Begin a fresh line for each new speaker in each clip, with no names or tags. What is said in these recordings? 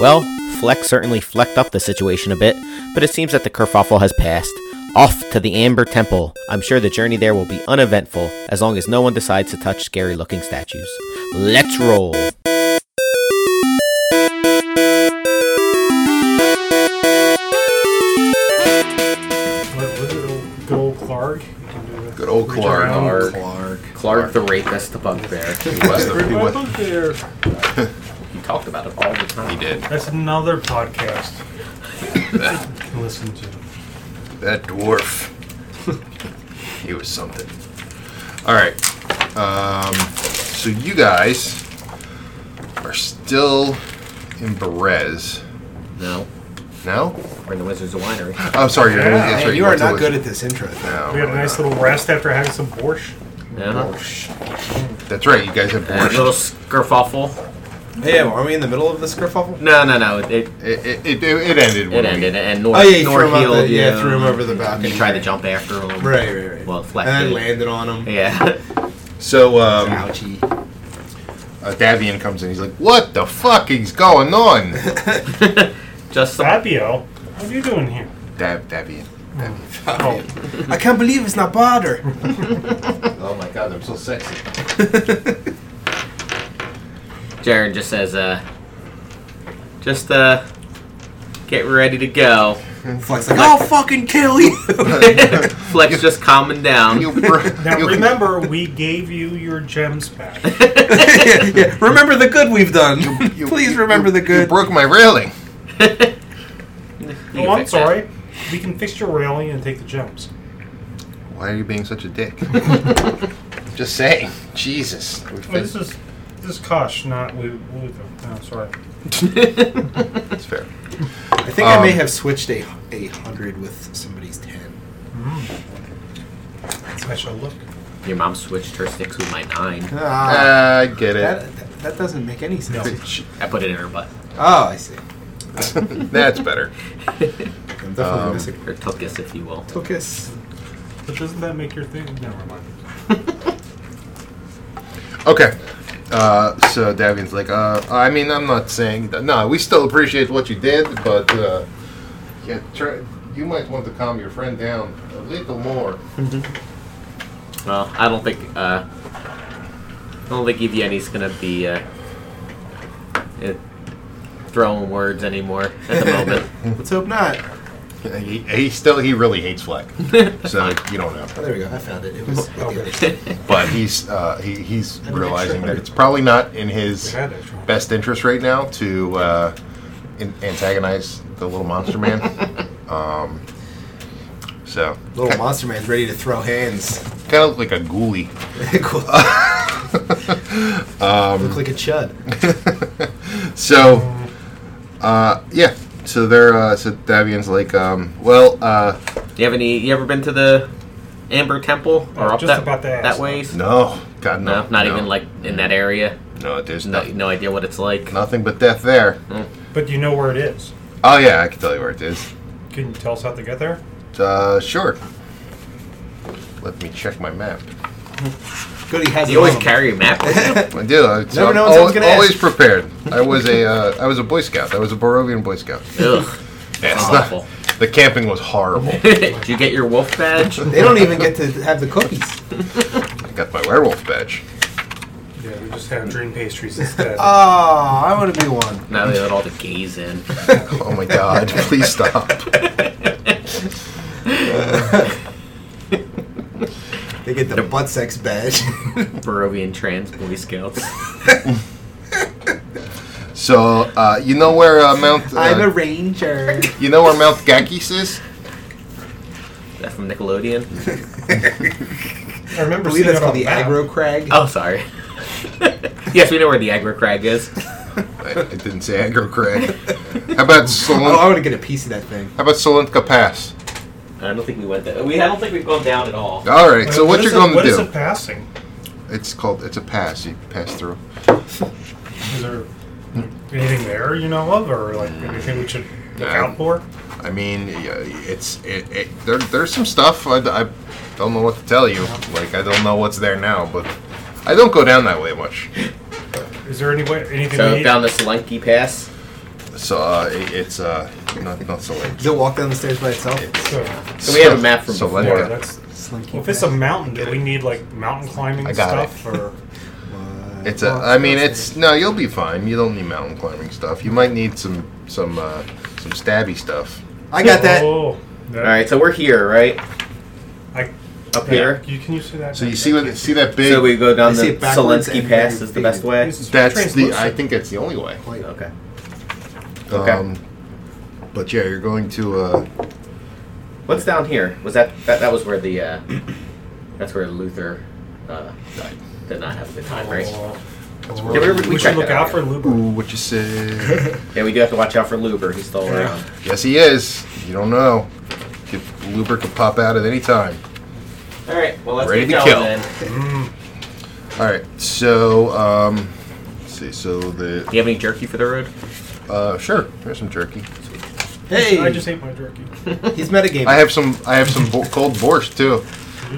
Well, Fleck certainly flecked up the situation a bit, but it seems that the kerfuffle has passed. Off to the Amber Temple. I'm sure the journey there will be uneventful as long as no one decides to touch scary looking statues. Let's roll!
What was it? Old, good old Clark. You can do the-
Good old
reach
Clark.
around.
Clark.
Clark
the rapist, the bugbear.
He was the-
Where'd
he
my
was-
book there?
He talked about it all the time.
he did.
That's another podcast. you can listen to.
That dwarf. he was something. All right. Um, so you guys are still in Berez.
No,
No?
we're in the Wizards of Winery.
I'm sorry. You're,
Yeah.
that's
Man,
right,
you are
went to
not
Wiz-
good at this intro. Thing.
No,
We had a nice little rest after having some borscht.
Oh,
No.
That's right. You guys have
And a
borscht.
little skerfuffle.
Hey, are we in the middle of this kerfuffle?
No, no, no. It,
It, it, it, it ended.
it ended. And Nor,
Oh yeah, you
Nor
threw him,
healed
out the, yeah,
you.
threw him over the balcony.
You tried to jump after him.
Right, right, right.
Well, Fleck
and then
did.
landed on him.
Yeah.
So um, uh,
Ouchie.
Davian comes in. He's like, "What the fuck is going on?"
Just some.
Fabio, what are you doing here?
Dav Davian.
Oh,
I can't believe it's not butter.
Oh my god, I'm so sexy.
Jared just says, uh, just, uh, get ready to go.
Flex like, I'll fucking kill you.
Flex just calming down.
You, br-
now
you-
remember, we gave you your gems back.
yeah, yeah. Remember the good we've done.
you-
Please
you-
remember the
you
good.
broke my railing.
You
oh,
can
I'm
fix that.
sorry. We can fix your railing and take the gems.
Why are you being such a dick? Just saying. Jesus. We
Well, this
fit-
is this is Kosh, not we. we no, sorry.
That's fair.
I think I may
Um,
have switched a a hundred with somebody's ten.
I shall look.
Your mom switched her six with my nine.
Ah,
I get it.
that, that that doesn't make any sense.
Bitch.
I put it in her butt.
Oh, I see.
That's better.
I'm definitely
Um,
missing.
Or tuckus, if you will.
Tokus.
But doesn't that make your thing? Never mind.
Okay. Uh, so Davian's like, uh, I mean, I'm not saying that. No, we still appreciate what you did, but uh, yeah, try, you might want to calm your friend down a little more.
Well, I don't think, uh, I don't think Evienie's gonna be, uh, uh, throwing words anymore at the moment.
Let's hope not.
He, he still, he really hates Fleck, so you don't know.
Oh, there we go. I found it. It was. at the other side.
But he's uh, he, he's
an
realizing
extra
that it's probably not in his
We had extra ones.
best interest right now to uh, in- antagonize the little monster man. um, so
Little monster man's ready to throw hands.
kind of like a ghoulie.
cool. Look like a chud.
So uh, yeah, so they're uh, so Davian's like, um, well, uh,
you have any, you ever been to the Amber Temple? Or
Uh,
up
just
that,
about the ass.
that ways?
no, God no,
No, not even like in that area.
no, there's
No, Hmm.
no,
no idea what it's like.
nothing but death there.
But you know where it is.
Oh yeah, I can tell you where it is.
Can you tell us how to get there?
Uh, sure. Let me check my map.
Goody has
You always carry a map with you?
I do. I, so
Never
I'm
know when someone's
always,
gonna
always
ask.
prepared. I was a uh, I was a Boy Scout. I was a Borovian Boy Scout.
Ugh.
Yeah, it's not-
Awful.
the camping was horrible.
Did you get your wolf badge?
They don't even get to have the cookies.
I got my werewolf badge.
Yeah, we just have dream pastries instead.
Oh, I want to be one.
Now they let all the gays in.
Oh my God! Please stop.
They get the butt sex badge.
Barovian trans boy scouts.
So uh, you know where uh, Mount uh,
I'm a ranger.
you know where Mount Gakis is?
That from Nickelodeon?
I
I
remember
believe
seeing
that's
it on
called the
map.
aggro crag.
Oh, sorry. yes, we know where the aggro crag is.
I, I didn't say Agro Crag. How about
Oh, I
Solent?
want to get a piece of that thing.
How about Solentka Pass?
I don't think we went there. We I don't think we've gone down at all.
All right. So
Wait,
what,
is
you're
it-
going to
What is
do?
it passing?
It's called. It's a pass. You pass through.
Is there anything there you know of, or like anything we should look out for?
I mean, yeah, it's it, it, there. There's some stuff I, I don't know what to tell you. Like I don't know what's there now, but I don't go down that way much.
Is there any way anything?
So
we
down the Solanke Pass.
so uh, it, it's uh, not not so late.
Does it walk down the stairs by itself?
So,
So we have a map from
so
before.
let's
yeah,
go.
that's.
Slinky.
Well, if it's a mountain, do we need like mountain climbing
I got it.
stuff or?
It's a. I mean, it's no. You'll be fine. You don't need mountain climbing stuff. You might need some some uh, some stabby stuff.
I got that.
Oh, that-
All right, so we're here, right?
I,
Up
yeah,
here.
You, can you see that?
So you see what see that big.
So we go down
I see
the
it backwards
Zelensky
and
Pass
then
is the best way.
This is
That's the. I
translucent.
think that's the only way.
Okay. Okay.
Um, but yeah, you're going to. Uh,
What's down here? Was that that, that was where the uh, that's where Luther uh, died. Did not have the time, right?
Oh.
Yeah, we- we
we should
checked
look
that
out
out.
for Luber.
ooh, what you say?
Yeah, we do have to watch out for Luber. He's still
Yeah.
around.
yes, he is. You don't know. Could, Luber could pop out at any time.
All right. Well, let's
Ready
get
to
going
kill.
then.
All right. So um, let's see. So the
Do you have any jerky for the road?
uh, sure. There's some jerky.
Hey,
I just ate my jerky.
he's metagamer.
I have some. I have some bo- cold borscht too.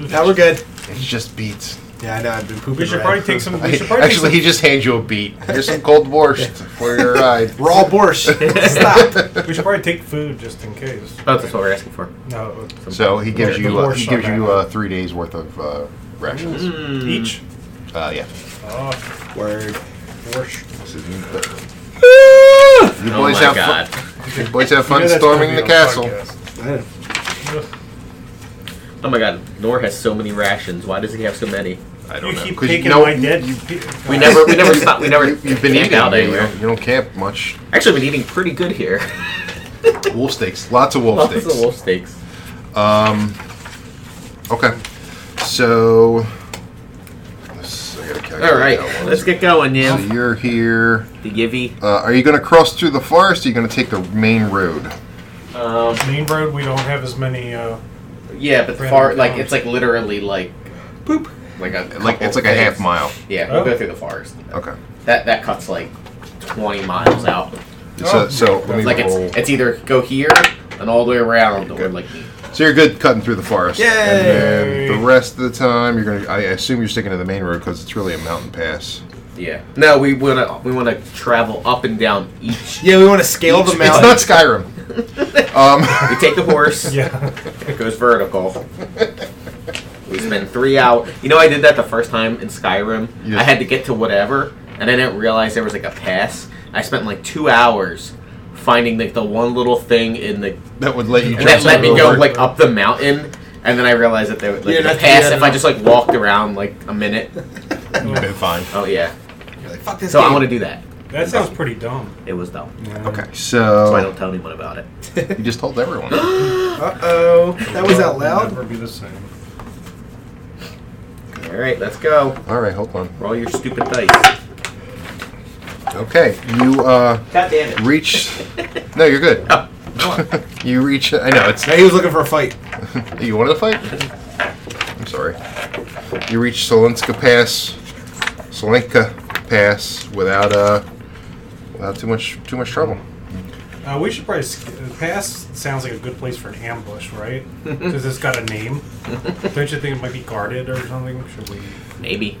now we're good.
It's just beets.
Yeah, I know. I've been pooping.
We should
around.
probably take some. We should probably
Actually, he
take
just hands you a beet. Here's some cold borscht for your ride.
raw borscht. Stop.
some, we should probably take food just in case.
Oh, that's what we're asking for.
No,
So he gives
Yeah,
you
the
uh, he
borscht
gives
on
you
that.
uh, three days worth of uh, rations.
Mm.
each.
Uh, yeah.
Oh,
Word.
borscht.
This is-
Ah.
You
Oh
boys
my
have
god.
fun. You boys
You
have
know
fun
that's
storming
gonna
the
be
castle.
on podcast.
I
Ugh.
Oh my god. Nor has so many rations. Why does he have so many?
I
You
don't know.
keep
'Cause
taking
know-
my dead. uh,
You,
We never. We never stop. We never.
have been
camp
eating.
out
you,
anywhere.
don't, you don't camp much.
Actually, we've been eating pretty good here.
Wolf steaks. Lots of wolf
Lots
steaks.
of wolf steaks.
Um. Okay. So. This, I gotta calculate
All right.
that one.
Let's get going,
So
yeah.
you're here.
The Yivy.
Uh, are you going to cross through the forest? Or are you going to take the main road?
Um,
Main road. We don't have as many. Uh,
Yeah, but the
Random
far like
towns.
it's like literally like
Poop.
like a
Like
couple
it's like a half
things.
mile.
Yeah, we'll
Oh.
go through the forest.
Okay.
That that cuts like twenty miles out.
So,
Oh.
so let me
It's like
roll.
it's it's either go here and all the way around or like
so you're good cutting through the forest.
Yay!
And then the rest of the time you're going to. I assume you're sticking to the main road because it's really a mountain pass.
yeah. No, we wanna we wanna travel up and down each.
Yeah, we want to scale
It's
the
It's
mountain.
not Skyrim. um,
We take the horse.
yeah.
It goes vertical. We spend three hours. You know, I did that the first time in Skyrim.
Yeah.
I had to get to whatever, and I didn't realize there was like a pass. I spent like two hours finding like the one little thing in the
that would let you.
and that
jump
let me go
over.
like up the mountain, and then I realized that there would like,
Yeah,
the
that's-
pass
yeah,
if
no.
I just like walked around like a minute.
You'd been fine.
Oh yeah,
You're like, Fuck this
so I
game.
want to do that.
That sounds pretty dumb.
It was dumb,
Okay.
so I don't
So
tell anyone about it.
you just told everyone.
Uh oh. That was out
It'll
loud.
never be the same.
All right, let's go.
All right. Hold on.
Roll your stupid dice.
Okay. You uh,
God damn it!
reach. No, you're good.
Oh,
you reach. I know it's
Now he was looking for a fight.
You wanted to fight? I'm sorry. You reach Solinska Pass, Solinka Pass without uh, without too much too much trouble.
Uh, we should probably sk- uh, pass. Sounds like a good place for an ambush, right? Because it's got a name. Don't you think it might be guarded or something? Should we?
maybe.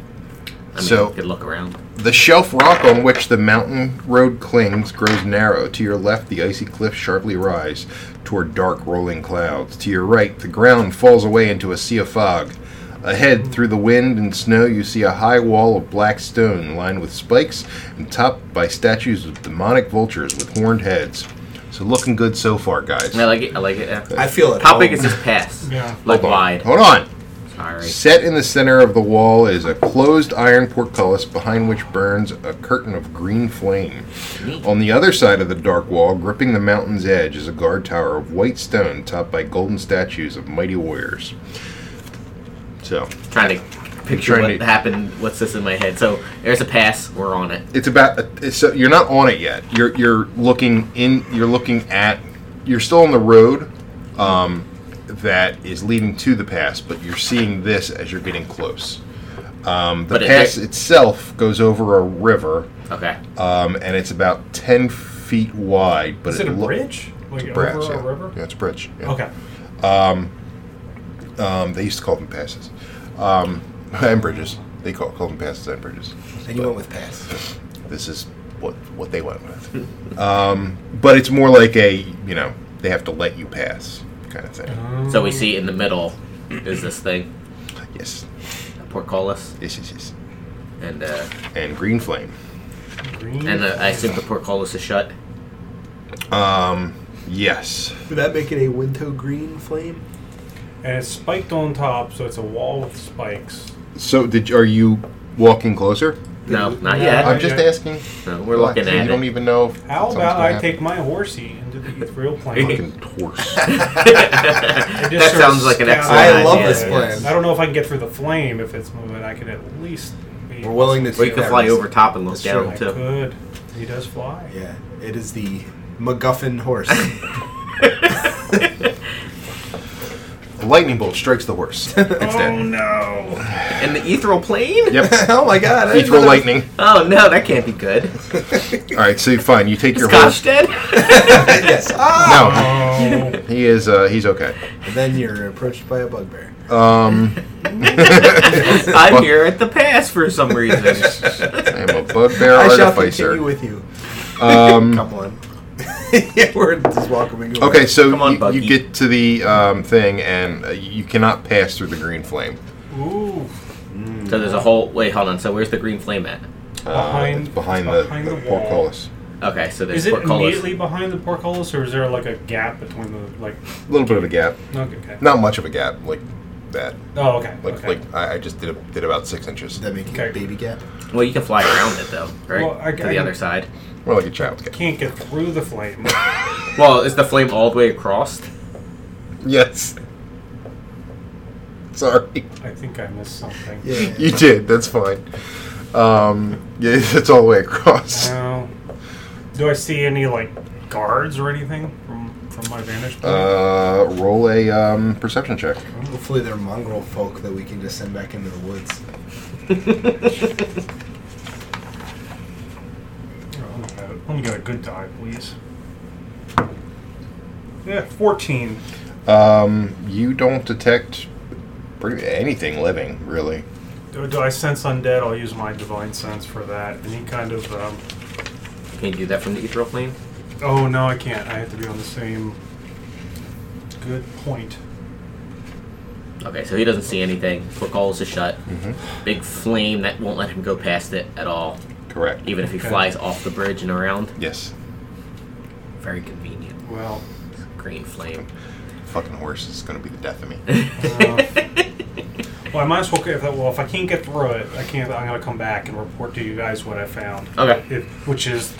I mean,
So-
you could look around.
The shelf rock on which the mountain road clings grows narrow. To your left, the icy cliffs sharply rise toward dark rolling clouds. To your right, the ground falls away into a sea of fog. Ahead, through the wind and snow, you see a high wall of black stone lined with spikes and topped by statues of demonic vultures with horned heads. So, looking good so far, guys.
I like it. I like it. yeah.
I feel it. Oh.
How big is this pass?
Yeah.
Like
Uh, Hold on.
wide.
Hold on.
Sorry.
Set in the center of the wall is a closed iron portcullis behind which burns a curtain of green flame. On the other side of the dark wall, gripping the mountain's edge, is a guard tower of white stone topped by golden statues of mighty warriors. So,
Trying to picture
trying
what
to-
happened. What's this in my head? So there's a pass. We're on it.
it's about it's, so you're not on it yet. You're you're looking in you're looking at you're still on the road um, that is leading to the pass, but you're seeing this as you're getting close. Um, the
But it-
pass itself goes over a river,
Okay.
um, and it's about ten feet wide. But
Is it a
loo-
bridge? Like
Brass,
over
yeah.
a river?
Yeah, it's a bridge. yeah.
Okay.
Um, they used to call them passes, um, and bridges. They call, call them passes and bridges.
And you went with pass.
This is what what they went with. um, but it's more like a you know they have to let you pass kind of thing.
Uh-huh.
So we see in the middle is this thing,
Yes,
a portcullis,
yes, yes, yes.
and uh,
And green flame.
Green.
and uh, I assume the portcullis is shut.
Um, yes.
Would that make it a window green flame?
and it's spiked on top, so it's a wall with spikes.
So did you- are you walking closer?
No, not
No.
yet.
Uh,
I'm just
yeah.
asking.
No, we're looking
So
at
You don't
it.
even know. if
How
something's
about
gonna
I
happen.
take my horsey into the ethereal plane?
Fucking horse.
It just
that
sort of
sounds like an
scout-
excellent
I love
idea.
this plan.
I don't know if I can get through the flame if it's moving. I could at least. Be
We're willing to.
Or you
take
can
that
fly
risk.
over top and look
That's true.
down
I
too.
could. He does fly.
Yeah, it is the MacGuffin horse.
A lightning bolt strikes the horse. It's
Oh
dead.
no!
And the ethereal plane?
Yep.
oh my god! I didn't know
Ethereal
that was-
lightning.
Oh no, that can't be good.
All right, so fine. You take your
Scotch
horse.
dead?
yes. Ah!
No,
Oh,
he is. Uh, he's okay.
And then you're approached by a bugbear.
Um,
I'm here at the pass for some reason.
I'm a bugbear
I shall
artificer.
continue with you.
Um,
Come on. yeah, we're just welcoming you.
okay, so
Come on,
you- you,
Bucky.
get to the um, thing, and uh, you cannot pass through the green flame.
ooh!
so there's a whole wait, hold on, so where's the green flame at?
Uh, it's
Behind
behind,
it's
the,
behind the
the
wall.
portcullis.
Okay, so there's
Is it
portcullis.
immediately behind the portcullis, or is there like a gap between the like?
A little bit of a gap,
Okay. okay.
not much of a gap, like that.
Oh, okay.
Like
okay.
like I, I just did a, did about six inches,
Does that make you
Okay.
a baby gap?
Well you can fly around it though, right?
Well, I-
to
I
the
can-
other side.
more like a child's gap.
can't get through the flame.
Well, is the flame all the way across?
Yes. Sorry.
I think I missed something.
Yeah.
You did. That's fine. Um, yeah, it's all the way across.
Now, do I see any like guards or anything from from my vantage point?
Uh, roll a um, perception check.
Hopefully they're mongrel folk that we can just send back into the woods.
Here, let, me get, let me get a good die, please. Yeah, fourteen.
Um, you don't detect pretty, anything living, really.
Do, do I sense undead? I'll use my divine sense for that. Any kind of um,
Can you do that from the ethereal plane?
Oh no, I can't. I have to be on the same. Good point.
Okay, so he doesn't see anything. Portcullis is shut. Big flame that won't let him go past it at all,
Correct.
even if he
Okay.
flies off the bridge and around.
Yes.
Very convenient.
Well,
Green flame.
Fucking horse is going to be the death of me.
uh, well, I might as well. If that, well, if I can't get through it, I can't. I'm gonna come back and report to you guys what I found.
Okay.
If, which is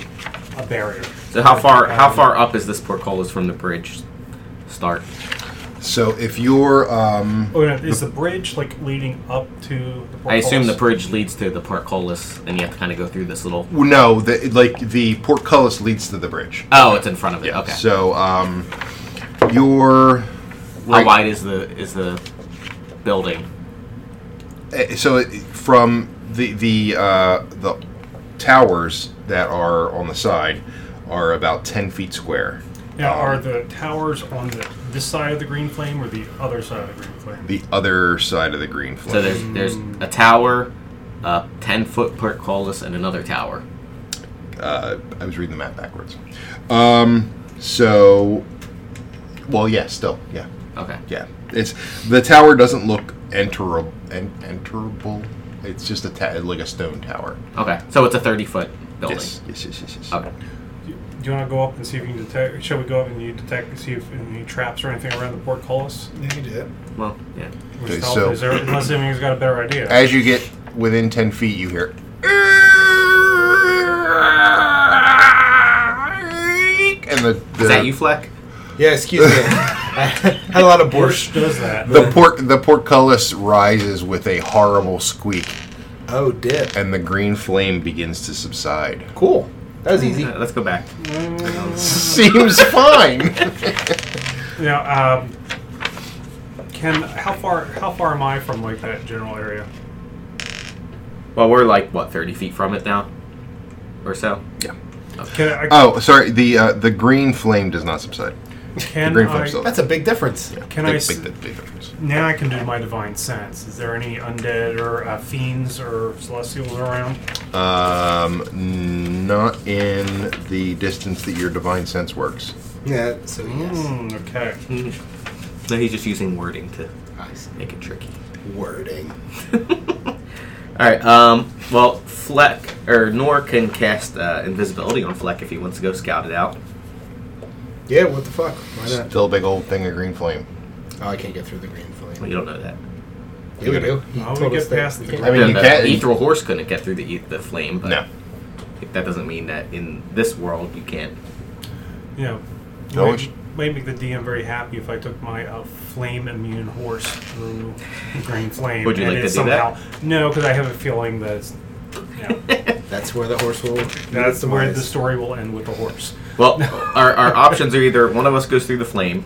a barrier.
So how far how far up is this portcullis from the bridge start?
so if you're, um,
Oh, no, is the bridge like leading up to? the
I assume the
portcullis?
bridge leads to the portcullis, and you have to kind of go through this little.
well, no, the, like the portcullis leads to the bridge.
Oh, it's in front of it. Okay.
So, um, you're.
how wide is the is the building?
Uh, so it, from the the uh, the towers that are on the side are about ten feet square.
Now, are the towers on the, this side of the green flame or the other side of the green flame?
The other side of the green flame.
So there's there's a tower, a ten foot portcullis, and another tower.
uh, I was reading the map backwards. Um, so, well, yeah, still, yeah,
Okay.
yeah. It's the tower doesn't look enterable. En- enterable. It's just a ta- like a stone tower.
Okay. So it's a thirty foot building.
Yes, yes, yes, yes, yes.
Okay.
Do you want to go up and see if you can detect? Shall we go up and you detect and see if any traps or anything around the portcullis?
You can do it.
Well, yeah.
Which
Okay,
tells
so-
is there, unless anybody's got a better idea.
As you get within ten feet, you hear. And the, the
Is that you, Fleck?
Yeah, excuse me. I had a lot of
Borscht
borscht.
does that.
the port the portcullis rises with a horrible squeak,
Oh, dip.
and the green flame begins to subside.
Cool. That was easy.
Yeah, let's go back.
Seems fine.
now, um, can how far how far am I from like that general area?
Well, we're like what thirty feet from it now, or so.
yeah.
Can I,
Oh, sorry. The uh, the green uh, flame does not subside.
Can
green
I,
flame's still-
That's a big difference.
can
big,
I
big,
s-
big, big difference.
now I can do my divine sense. Is there any undead or uh, fiends or celestials around?
Um, n- not in the distance that your divine sense works.
Yeah, so yes.
Hmm, okay.
No, he's just using wording to
I see.
make it tricky.
Wording.
All right. Um, well, Fleck or Nor can cast uh, invisibility on Fleck if he wants to go scout it out.
Yeah, what the fuck? Why not?
Still a big old thing of green flame.
Oh, I can't get through the green
Well,
flame.
you don't know that.
Yeah, we do. He
How
told
do Oh, we
us
get
that
past
we
the
can't.
I mean,
No,
you
the
can't-
ethereal horse couldn't get through the, eth- the flame, but
No.
that doesn't mean that in this world you can't.
Yeah.
No,
might,
it's-
might make the DM very happy if I took my uh, flame immune horse through green flame.
Would you
and
like
it
to do that?
somehow- No, because I have a feeling that it's, you know,
That's where the horse will.
that's where the
demise.
story will end with the horse.
Well, our, our options are either one of us goes through the flame,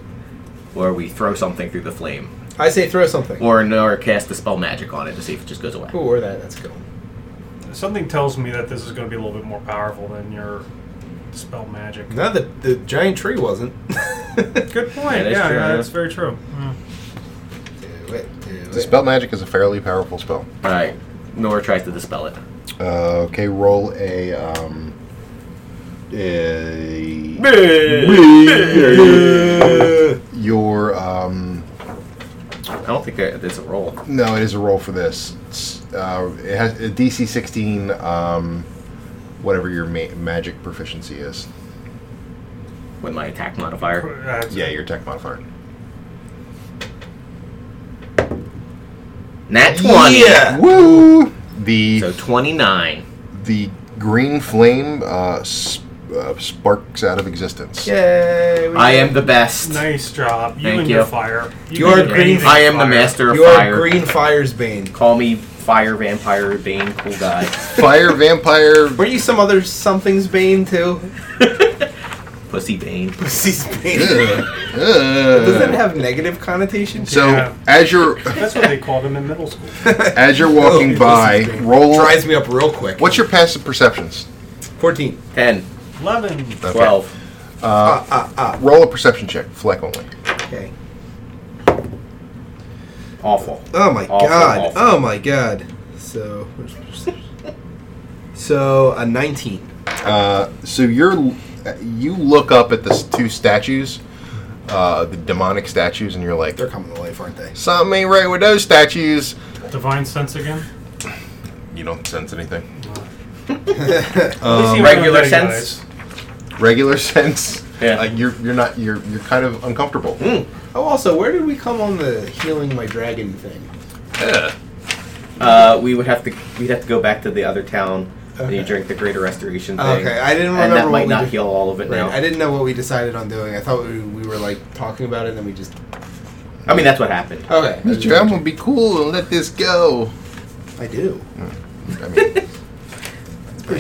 or we throw something through the flame,
I say throw something.
or Nor cast the spell magic on it to see if it just goes away.
Ooh, or that. That's cool.
Something tells me that this is going to be a little bit more powerful than your spell magic.
No, the, the giant tree wasn't.
Good point.
That is
yeah,
true,
yeah,
yeah.
that's very true. Yeah.
Do it, do
The
it.
spell magic is a fairly powerful spell.
All right. Nor tries to dispel it.
Uh, okay, roll a um, a your um.
I don't think that it's a roll.
No, it is a roll for this. It's, uh, it has a DC 16, um, whatever your ma- magic proficiency is.
With my attack modifier,
Uh,
Yeah, your tech modifier.
nat twenty.
Woo! The
So twenty nine.
the green flame uh, s- uh, sparks out of existence.
Yay! we
I
did
am
it.
the best.
Nice job. You
Thank
and
you.
your fire.
You are
can do
green.
anything
I am the
fire.
master of
You are
fire.
Green Fire's Bane.
Call me fire vampire bane cool guy.
Fire vampire.
Were you some other something's Bane too?
Pussy bane.
Pussy's Bane.
Ugh.
Does that
Ugh.
have negative connotations?
uh. So
Yeah.
as you're
That's what they called him in middle school.
as you're walking
Oh,
by,
pussy's Bane.
roll.
Dries me up real quick.
What's your passive perceptions?
14.
10,
Eleven.
12.
Ah, ah, ah.
Uh, Roll a perception check. Fleck only.
Okay.
Awful.
Oh my
Awful,
god.
awful.
Oh my god. So, where's perception? so a 19.
Uh, so you're uh, you look up at the s- two statues, uh, the demonic statues, and you're like,
They're coming to life, aren't they?
something ain't right with those statues.
Divine sense again.
You don't sense anything.
At least you
regular
know that,
sense?
guys.
Regular sense.
Yeah.
Uh, you're you're not you're you're kind of uncomfortable.
Oh, also, where did we come on the healing my dragon thing?
Uh, we would have to we'd have to go back to the other town and you
Okay.
drink the greater restoration thing.
Okay, I didn't
and
remember
that
what
might
we
not
did-
heal all of it
Right.
now.
I didn't know what we decided on doing. I thought we, we were like talking about it, and then we just
I mean that's what happened.
okay. I just-
Mr. I'm gonna be cool and let this go.
I do.
I mean,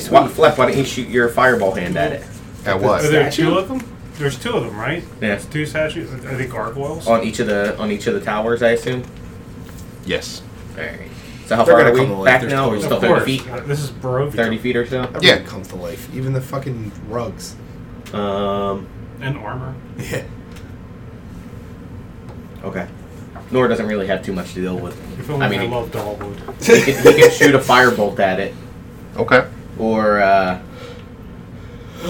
Why, Fleck, why don't you shoot your fireball hand at it?
at
Are
what?
Uh, there
Statue?
two of them? There's two of them, right?
Yeah. Oh,
There's two statues. Are they gargoyles?
On each of the on each of the towers, I assume.
Yes.
Alright. So how
They're
far
gonna
are we
come alive,
back
there's
now? We're
totally-
still
of
thirty
course.
feet.
Uh, this is Barovia.
Thirty feet or so.
Everything
Yeah.
comes to life. Even the fucking rugs.
Um
And armor.
Yeah.
Okay. Nor doesn't really have too much to deal with.
If only
I
I,
mean,
loved Dollwood.
he, he can, he can shoot a firebolt at it,
Okay.
or uh,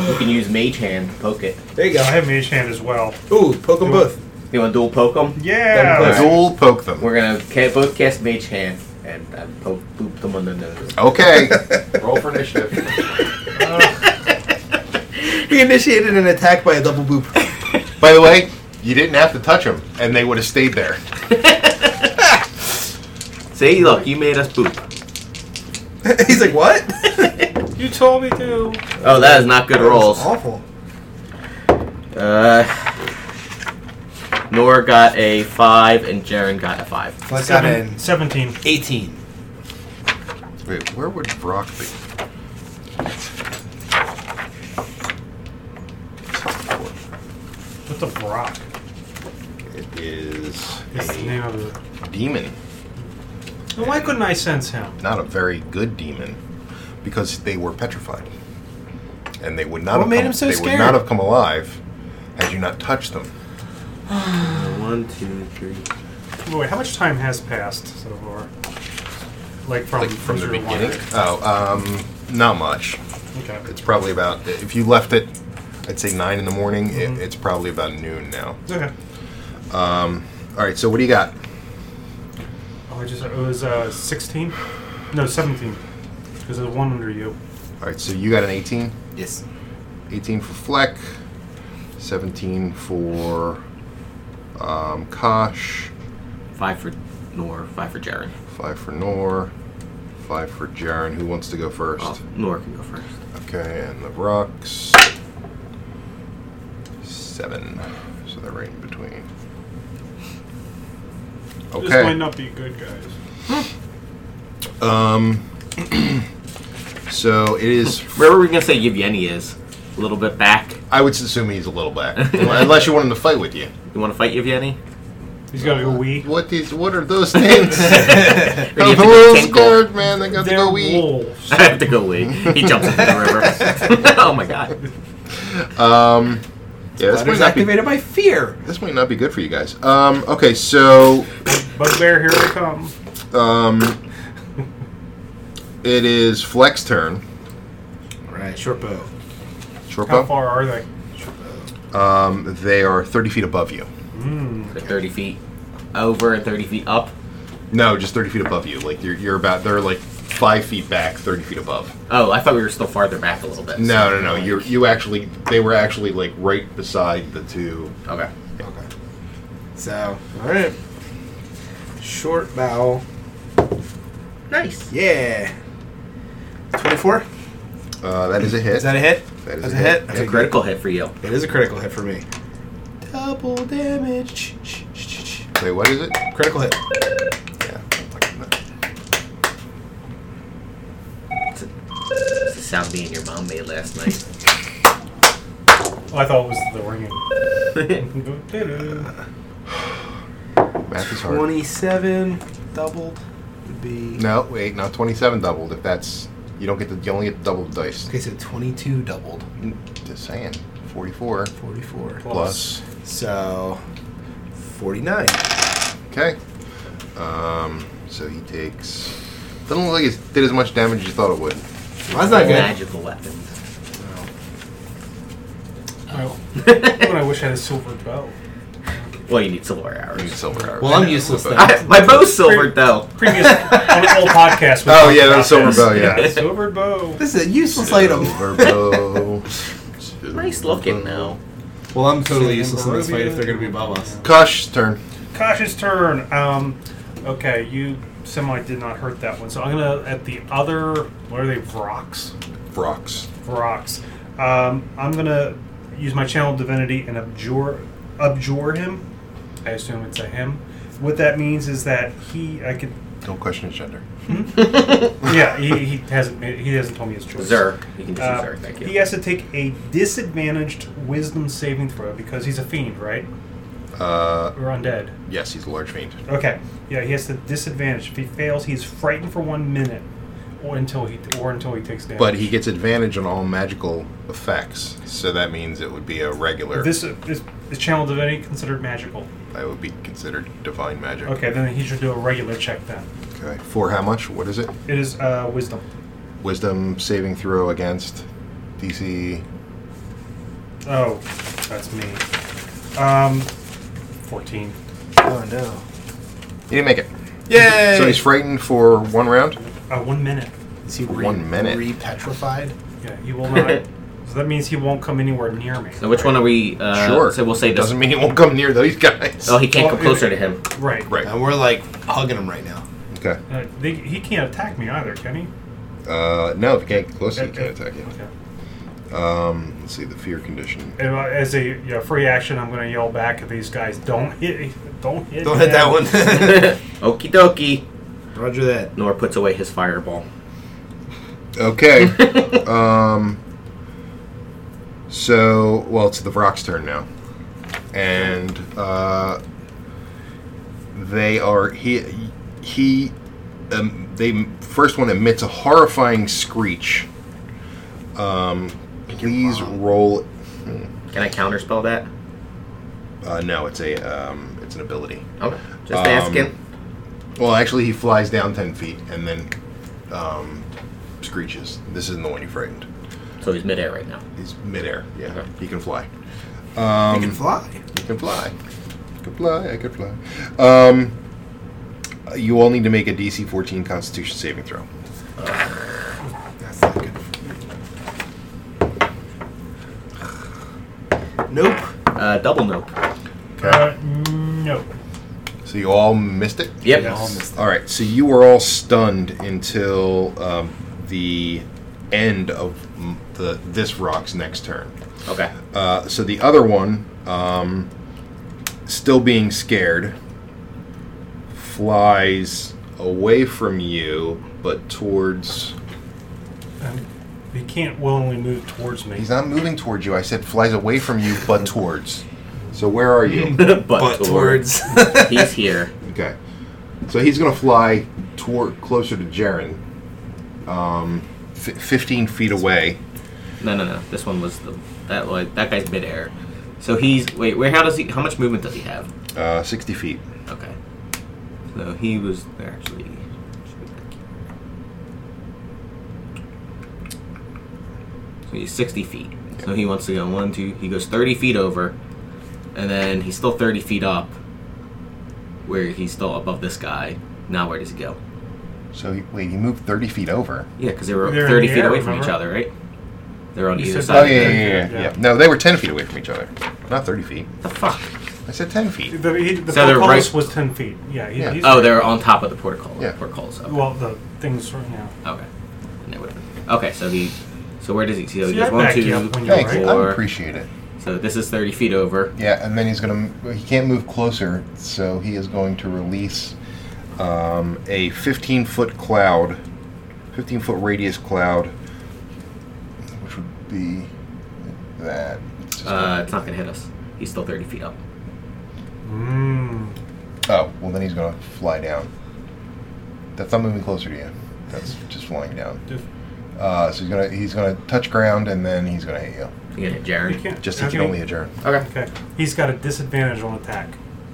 you can use Mage Hand to poke it.
There you
I
go.
have Mage Hand as well.
Ooh, poke them both.
You want to dual poke them?
Yeah.
Alright.
Dual poke them.
We're gonna ca- both cast Mage Hand and uh, poke boop them on the nose.
Okay. Roll for initiative.
He initiated an attack by a double boop.
By the way, you didn't have to touch them, and they would have stayed there.
Say, look, you made us boop.
He's like, what?
You told me to.
Oh, that is not good rolls.
Awful.
Uh, Nor got a five and Jaren got a five.
Fleck got
Seven-
an
Seventeen.
18.
Wait, where would Brock be?
What's a Brock?
It is
It's the name of the.
a demon,
Well, why couldn't I sense him?
not a very good demon, because they were petrified, and they would not
What
have
made
come,
him so
they
scared?
would not have come alive had you not touched them.
One, two, three.
Oh, Wait, how much time has passed so far? Like from
Like from the
zero to one,
beginning? Oh, um, not much.
right? Okay.
It's probably about if you left it, I'd say nine in the morning. It, it's probably about noon now.
Okay.
All right, so what do you got?
Oh, I just it was uh, sixteen, no seventeen, because there's one under you.
All right, so you got an 18,
Yes.
18 for Fleck, 17 for um, Kosh,
Five for Nor, five for Jaren.
five for Nor, five for Jaren. Who wants to go first?
Well, Nor can go first.
Okay, and the rocks. Seven. So they're right in between.
This might
Okay.
not be good, guys.
Um. so it is.
Wherever we're gonna say Yevgeny is, a little bit back.
I would assume he's a little back, unless you want him to fight with you.
You want to fight Yevgeny?
He's got to go wee.
What is? What are those things?
Or do you
I'm
have
a
to go
little
tinkle?
scared, man. I got to
They're
go wee.
wolves.
I have to go wee. He jumps into the river. oh my god.
Um. Yeah, this
That
might
is
not be.
activated by fear.
This might not be good for you guys. Um. Okay. So.
Bugbear, here they come.
Um. It is Flex turn.
All right, short bow.
Short
How
bow.
far are they?
Um, they are 30 feet above you.
They're 30 feet over and 30 feet up.
No, just 30 feet above you. Like, you're, you're about, they're like five feet back, 30 feet above.
Oh, I thought we were still farther back a little bit.
No, no, no. You you actually, they were actually like right beside the two.
Okay.
Okay. So, all right. Short bow.
Nice.
Yeah. 24?
Uh, that is a hit.
Is that a hit?
That is
That's
a hit.
Okay,
Yeah,
A
good.
critical hit for you.
It is a critical hit for me. Double damage. Shh, shh, shh, shh, shh.
Wait, what is it?
Critical hit.
Yeah.
It's a, it's a sound me and your mom made last night.
Oh, I thought it was the ringing. Do-do.
Math is hard.
27 doubled would be.
No, wait, not 27 doubled. If that's, you don't get the, you only get the double dice.
Okay, so 22 doubled.
Just saying. 44
44.
plus.
So, 49.
Okay. Um, so he takes, doesn't look like it did as much damage as you thought it would.
That's not good.
Magical weapon.
Oh, I wish I had a silver bow.
Well, you need silver arrows.
Silver arrows.
Well, I'm useless then.
I, my bow's silvered though.
Previous on an old podcast. we
Oh,
talked
yeah, that
about
was silver
this.
bow, yeah.
silver bow.
This is a useless item.
Nice looking though.
Well, I'm totally
Silver
useless in this fight if
Barovia.
they're going to be above us.
Kosh's turn.
Kosh's turn. Um, okay, you semi did not hurt that one, so I'm gonna at the other. What are they? Rocks.
Rocks.
Rocks. Um, I'm gonna use my channel divinity and abjure, abjure him. I assume it's a him. What that means is that he, I could,
Don't question his gender.
yeah, he, he hasn't, he hasn't told me his choice.
Zerk. You can just
Uh,
use Zerk. Thank you.
He has to take a disadvantaged wisdom saving throw because he's a fiend, right?
Uh,
Or undead.
yes, he's a large fiend.
Okay. Yeah, he has the disadvantage. If he fails, he's frightened for one minute, or until he or until he takes damage.
But he gets advantage on all magical effects, so that means it would be a regular.
this is, is channel divinity considered magical.
that would be considered divine magic.
Okay, then he should do a regular check. Then
Okay. For how much? What is it?
it is uh, wisdom.
Wisdom saving throw against DC.
Oh, that's me. Um, fourteen.
Oh, no.
He didn't make it.
Yay!
So he's frightened for one round.
Uh, one minute.
Is he
one minute.
re-petrified?
Yeah, he will not. so that means he won't come anywhere near me.
so which one are we? Uh,
sure.
So we'll say this.
Doesn't mean he won't come near those guys.
Oh, he can't
Well,
come closer to him.
Right.
Right.
And we're like hugging him right now.
Okay.
Uh, they, he can't attack me either, can he?
Uh, no, if you can't get close, he
Okay.
can attack you.
Okay.
Um, let's see the fear condition.
And uh, as a you know, free action, I'm going to yell back at these guys. Don't hit! Don't hit!
Don't hit that
them."
one.
Okie dokie.
Roger that.
Nor puts away his fireball.
Okay. um. So, well, it's the Vrock's turn now, and uh, they are he he um, they first one emits a horrifying screech. Um, please roll.
Can I counterspell that?
Uh, no, it's a um, it's an ability.
Okay. Just
Um,
asking.
Well, actually, he flies down ten feet and then um, screeches. This isn't the one you frightened.
So he's midair right now.
He's midair. Yeah,
Okay.
he can fly.
I
Um,
can fly.
You can fly. You can fly. I can fly. Um, you all need to make a DC 14 Constitution saving throw.
That's not good. Nope.
Uh, double nope.
Uh, no.
So you all missed it.
Yep.
Yeah, I'll miss that.
All right. So you were all stunned until um, the end of m- the this rock's next turn.
Okay.
Uh, so the other one, um, still being scared, flies away from you, but towards.
Um, he can't willingly move towards me.
He's not moving towards you. I said flies away from you, but towards. So where are you?
but
Butt
towards.
towards.
he's here.
Okay. So he's going to fly toward closer to Jaren, um, f- 15 feet away.
No, no, no. This one was the that one, that guy's midair. So he's wait. Where? How does he? How much movement does he have?
Uh, 60 feet.
Okay. So he was actually. So he's 60 feet. So he wants to go one, two. He goes 30 feet over, and then he's still 30 feet up, where he's still above this guy. Now where does he go?
So he, wait, he moved 30 feet over.
Yeah, because they were
They're in
30
the
feet
air,
away from each
remember?
other, right? They're on
You
either
said
side.
Oh,
of
yeah, yeah,
the-
yeah, yeah,
Yeah.
yeah. No, they were 10 feet away from each other. Not 30 feet.
The fuck?
I said 10 feet.
The, he, the
So they're
portcullis
right-
was ten feet. Yeah. He,
Yeah.
He's
Oh, they're on top of the portcullis.
Yeah.
Portcullis. Okay.
Well, the things right now.
Okay. And they would've been- Okay, so he. So where does he? So he
See, I
goes one,
back
two,
you up when you're
Thanks.
right.
I
four.
appreciate it.
So this is 30 feet over.
Yeah, and then he's going to. He can't move closer, so he is going to release um, a 15 foot cloud, 15 foot radius cloud, which would be that. It's just-
Uh, it's not gonna hit us. He's still 30 feet up.
Mm.
Oh, well, then he's going to fly down. That's not moving closer to you. That's just flying down.
Just-
Uh, so he's gonna he's gonna touch ground and then he's gonna hit you.
You gonna hit
He
Jared?
can't.
Just he
okay.
can only adjourn.
Okay.
Okay. He's got a disadvantage on attack.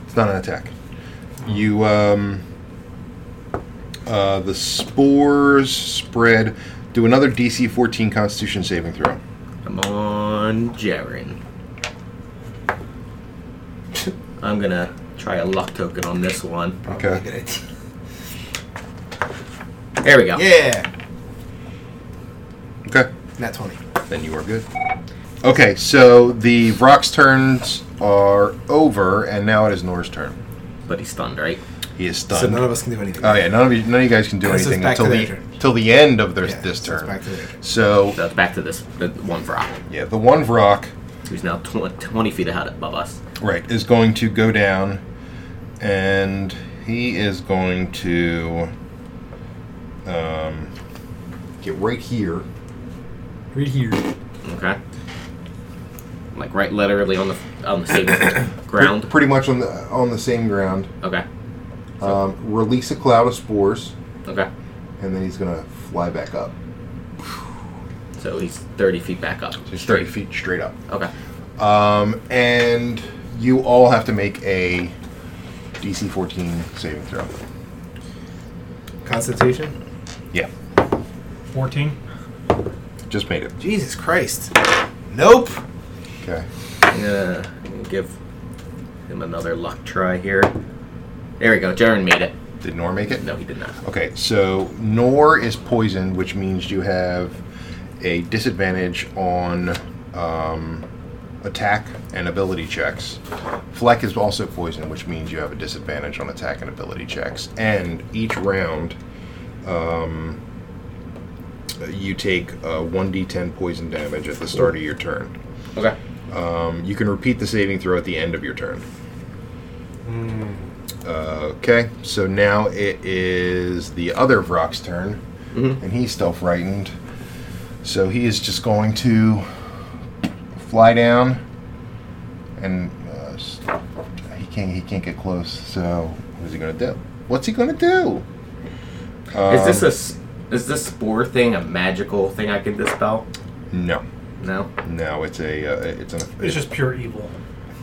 It's not an attack. You um uh the spores spread. Do another DC 14 Constitution saving throw.
Come on, Jaren. I'm gonna try a luck token on this one.
Okay.
There we go.
Yeah.
Okay.
Nat 20.
Then you are good. Okay, so the Vrock's turns are over, and now it is Nor's turn.
But he's stunned, right?
He is
So
stunned.
none of us can do anything.
oh yeah, none of you, none of you guys can do
This is
anything
back to
until
their
the
turn.
till the end of their,
Yeah,
this
so it's
turn.
back to their turn.
So
So it's back to this the one Vrock,
yeah, the one Vrock
who's now tw- 20 feet ahead above us.
Right, is going to go down and he is going to um, get right here.
Right here.
Okay. Like right, literally on the on the same ground.
Pretty much on the on the same ground.
Okay.
Um, release a cloud of spores
Okay.
and then he's going to fly back up.
So he's 30 feet back up.
Just 30 feet straight up.
Okay.
Um, and you all have to make a DC 14 saving throw.
Constitution?
Yeah,
Fourteen.
just made it.
Jesus Christ. Nope.
Okay.
I'm gonna I'm gonna give him another luck try here. There we go. Jaren made it.
Did Nor make it?
No, he did not.
Okay, so Nor is poisoned, which means you have a disadvantage on um, attack and ability checks. Fleck is also poisoned, which means you have a disadvantage on attack and ability checks. And each round, um, you take uh, 1d10 poison damage at the start of your turn.
Okay.
Um, you can repeat the saving throw at the end of your turn. Okay, so now it is the other Vrock's turn, and he's still frightened. So he is just going to fly down, and uh, s- he can't he can't get close. So what is he gonna do? What's he gonna do?
is this a
Um,
s- is this spore thing a magical thing I can dispel?
no?
No.
No, it's a uh, it's an
It's just pure evil.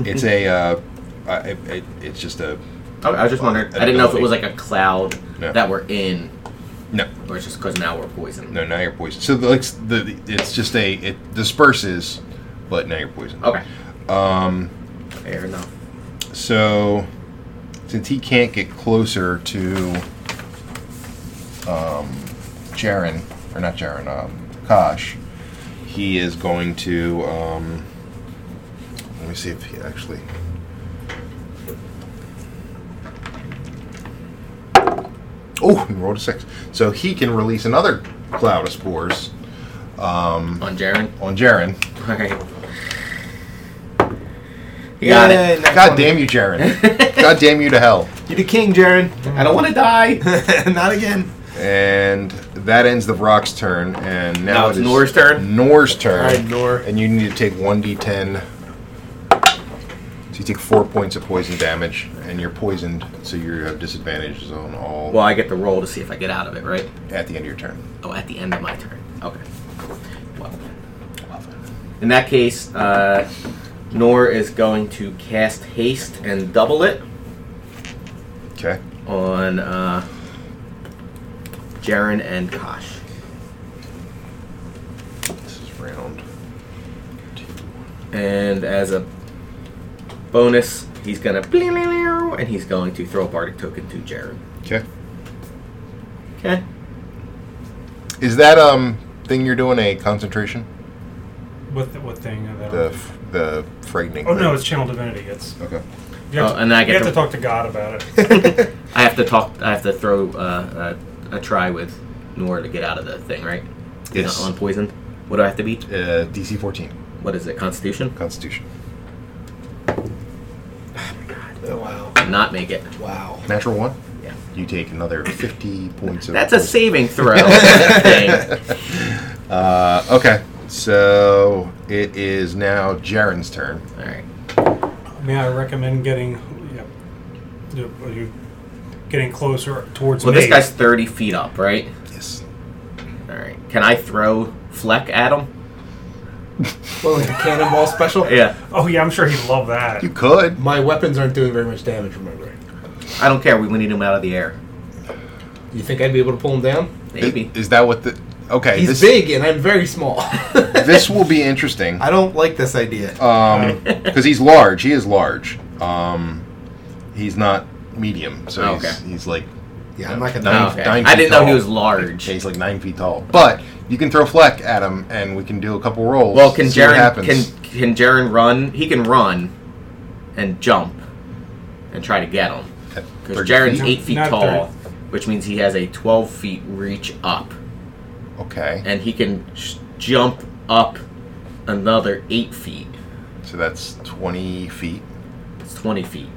it's a uh, I, it, it, it's just a
Okay, I was just wondering. I didn't know if it was like a cloud
No.
that we're in,
no.
or it's just because now we're poisoned.
No, now you're poisoned. So the, like s- the, the it's just a it disperses, but now you're poisoned.
Okay,
Um,
fair enough.
so since he can't get closer to um, Jaren or not Jaren, um, Kosh, he is going to. Um, let me see if he actually. Oh, he rolled a six. So he can release another cloud of spores
On Jaren.
on Jaren.
All right. You got
Yay,
it.
nat
God
20.
damn you, Jaren. God damn you to hell.
You're the king, Jaren.
I don't want to die.
Not again.
And that ends the rock's turn, and now,
Now
it
it's
is
Nor's turn?
Nor's turn.
All right, Nor.
And you need to take 1d10. So you take four points of poison damage, and you're poisoned, so you have disadvantages on all
Well, I get the roll to see if I get out of it, right?
at the end of your turn.
Oh, at the end of my turn. Okay. Well. In that case, uh, Nor is going to cast haste and double it
Okay.
on uh, Jaren and Kosh.
This is round.
And as a bonus, he's gonna and he's going to throw a bardic token to Jaren.
Okay.
Okay.
Is that um thing you're doing a concentration?
What th- what thing? That
The f- the frightening.
oh no,
thing?
it's channel divinity. It's
okay.
you have,
Oh,
to,
and I get
you have
to-
to talk to God about it.
I have to talk. I have to throw uh, a, a try with Nor to get out of the thing, right? He's
Yes.
not on poison. What do I have to beat?
Uh, DC 14
What is it? Constitution.
Constitution.
Oh, wow.
Not make it.
Wow.
Natural one.
Yeah.
You take another 50 points of.
That's a
poison.
saving throw. Dang.
Uh, okay, so it is now Jaren's turn.
All right.
May I recommend getting? Yep. Yep, Are you getting closer towards
Well,
me?
this guy's thirty feet up, right?
Yes.
All right. Can I throw Fleck at him?
Well, like a cannonball special.
Yeah.
Oh yeah, I'm sure he'd love that.
You could.
My weapons aren't doing very much damage. Remember.
I don't care. We, we need him out of the air.
Do you think I'd be able to pull him down?
Maybe.
Is, is that what the? Okay.
He's
this,
big and I'm very small.
This will be interesting.
I don't like this idea.
Um, because he's large. He is large. Um, he's not medium. So he's,
Oh, Okay.
he's like
yeah, I'm not gonna.
Nine-
Oh, okay.
nine
I didn't
feet
know he
tall.
was large.
he's like nine feet tall. But you can throw Fleck at him, and we can do a couple rolls.
Well, can
see what
Jaren
happens.
can can Jaren run? He can run and jump and try to get him
At
because
30
Jaren's
feet?
eight feet
Not
tall,
thirty.
which means he has a twelve feet reach up,
Okay.
and he can sh- jump up another eight feet.
So that's twenty feet.
It's twenty feet.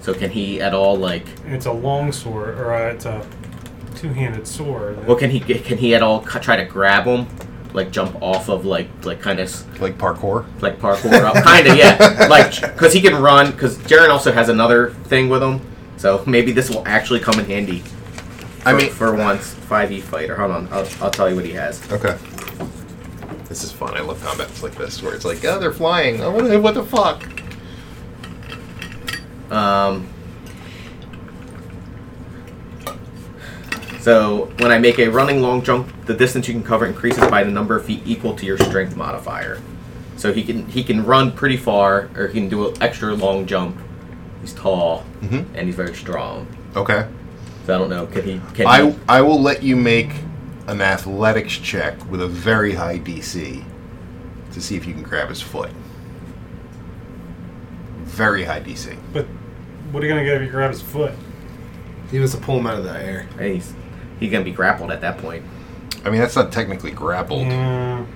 So can he at all like?
It's a long sword, or uh, it's a two-handed sword.
Well, can he can he at all c- try to grab him? Like jump off of like like kind of
Like parkour.
like parkour up, kind of yeah, like because he can run. Because Jaren also has another thing with him, so maybe this will actually come in handy.
I
for-
mean-
for once, five E fighter. Hold on, I'll, I'll tell you what he has.
Okay. This is fun. I love combats like this, where it's like, oh, they're flying. Oh, what, what the fuck?
Um, so when I make a running long jump, the distance you can cover increases by the number of feet equal to your strength modifier. So he can he can run pretty far, or he can do an extra long jump. He's tall
Mhm.
and he's very strong.
Okay.
So I don't know. Can he? Can
I
he,
I will let you make an athletics check with a very high DC to see if you can grab his foot. Very high DC.
But what are you gonna get if you grab his foot?
He was to pull him out of the air.
Hey, He's he's gonna be grappled at that point.
I mean, that's not technically grappled.
Mm,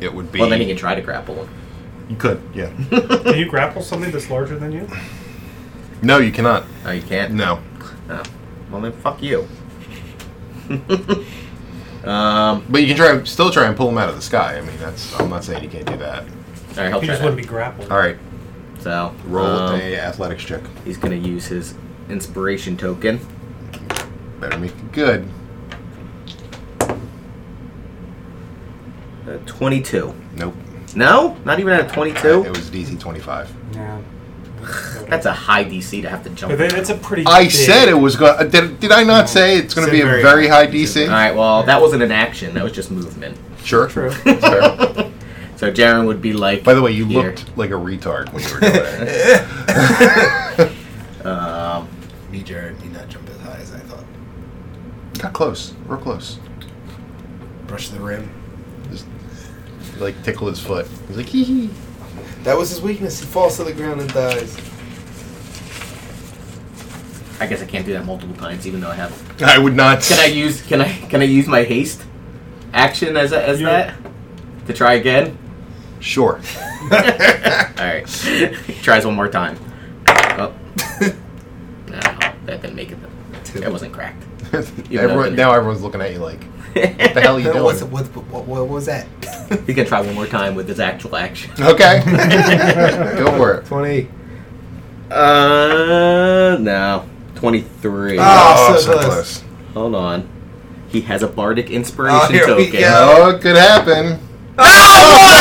It would be.
Well, then he can try to grapple him.
You could, yeah.
can you grapple something that's larger than you?
no, you cannot.
Oh, you can't.
No.
Oh. Well, then fuck you. um.
But you can try, still try and pull him out of the sky. I mean, that's. I'm not saying you can't do that.
All right, I'll
He
try
just wouldn't
that.
be grappled.
All right,
So
roll
um,
a athletics check.
He's gonna use his inspiration token.
Better make it good.
Uh, Twenty-two.
Nope.
No, not even at a
It
twenty-two.
was DC 25.
Yeah.
That's a high DC to have to jump.
But then it's a pretty.
I
big-
said it was going. Did, did I not say it's going to be
Said
a
very
very high
All
DC?
right. Well, that wasn't an action. That was just movement.
Sure.
True.
Fair.
So Jaren would be like.
By the way, you
here.
looked like a retard when you were doing it.
Um,
Me, Jared, me not jump as high as I thought.
Got close, real close.
Brush the rim.
Like tickle his foot. He's like hee hee.
That was his weakness. He falls to the ground and dies.
I guess I can't do that multiple times, even though I have.
I would not.
Can I use? Can I? Can I use my haste action as a, as
You-
that to try again?
Sure.
All right. Tries one more time. Oh. no, that didn't make it. Though. It wasn't cracked.
Everyone, now everyone's looking at you like, what the hell are you doing?
What's, what, what, what was that?
He can try one more time with his actual action.
Okay. Go for it.
20.
Uh, no. 23.
Ah. Oh, so close.
Hold on. He has a bardic inspiration
Oh, here we
token.
go.
Oh, it could happen.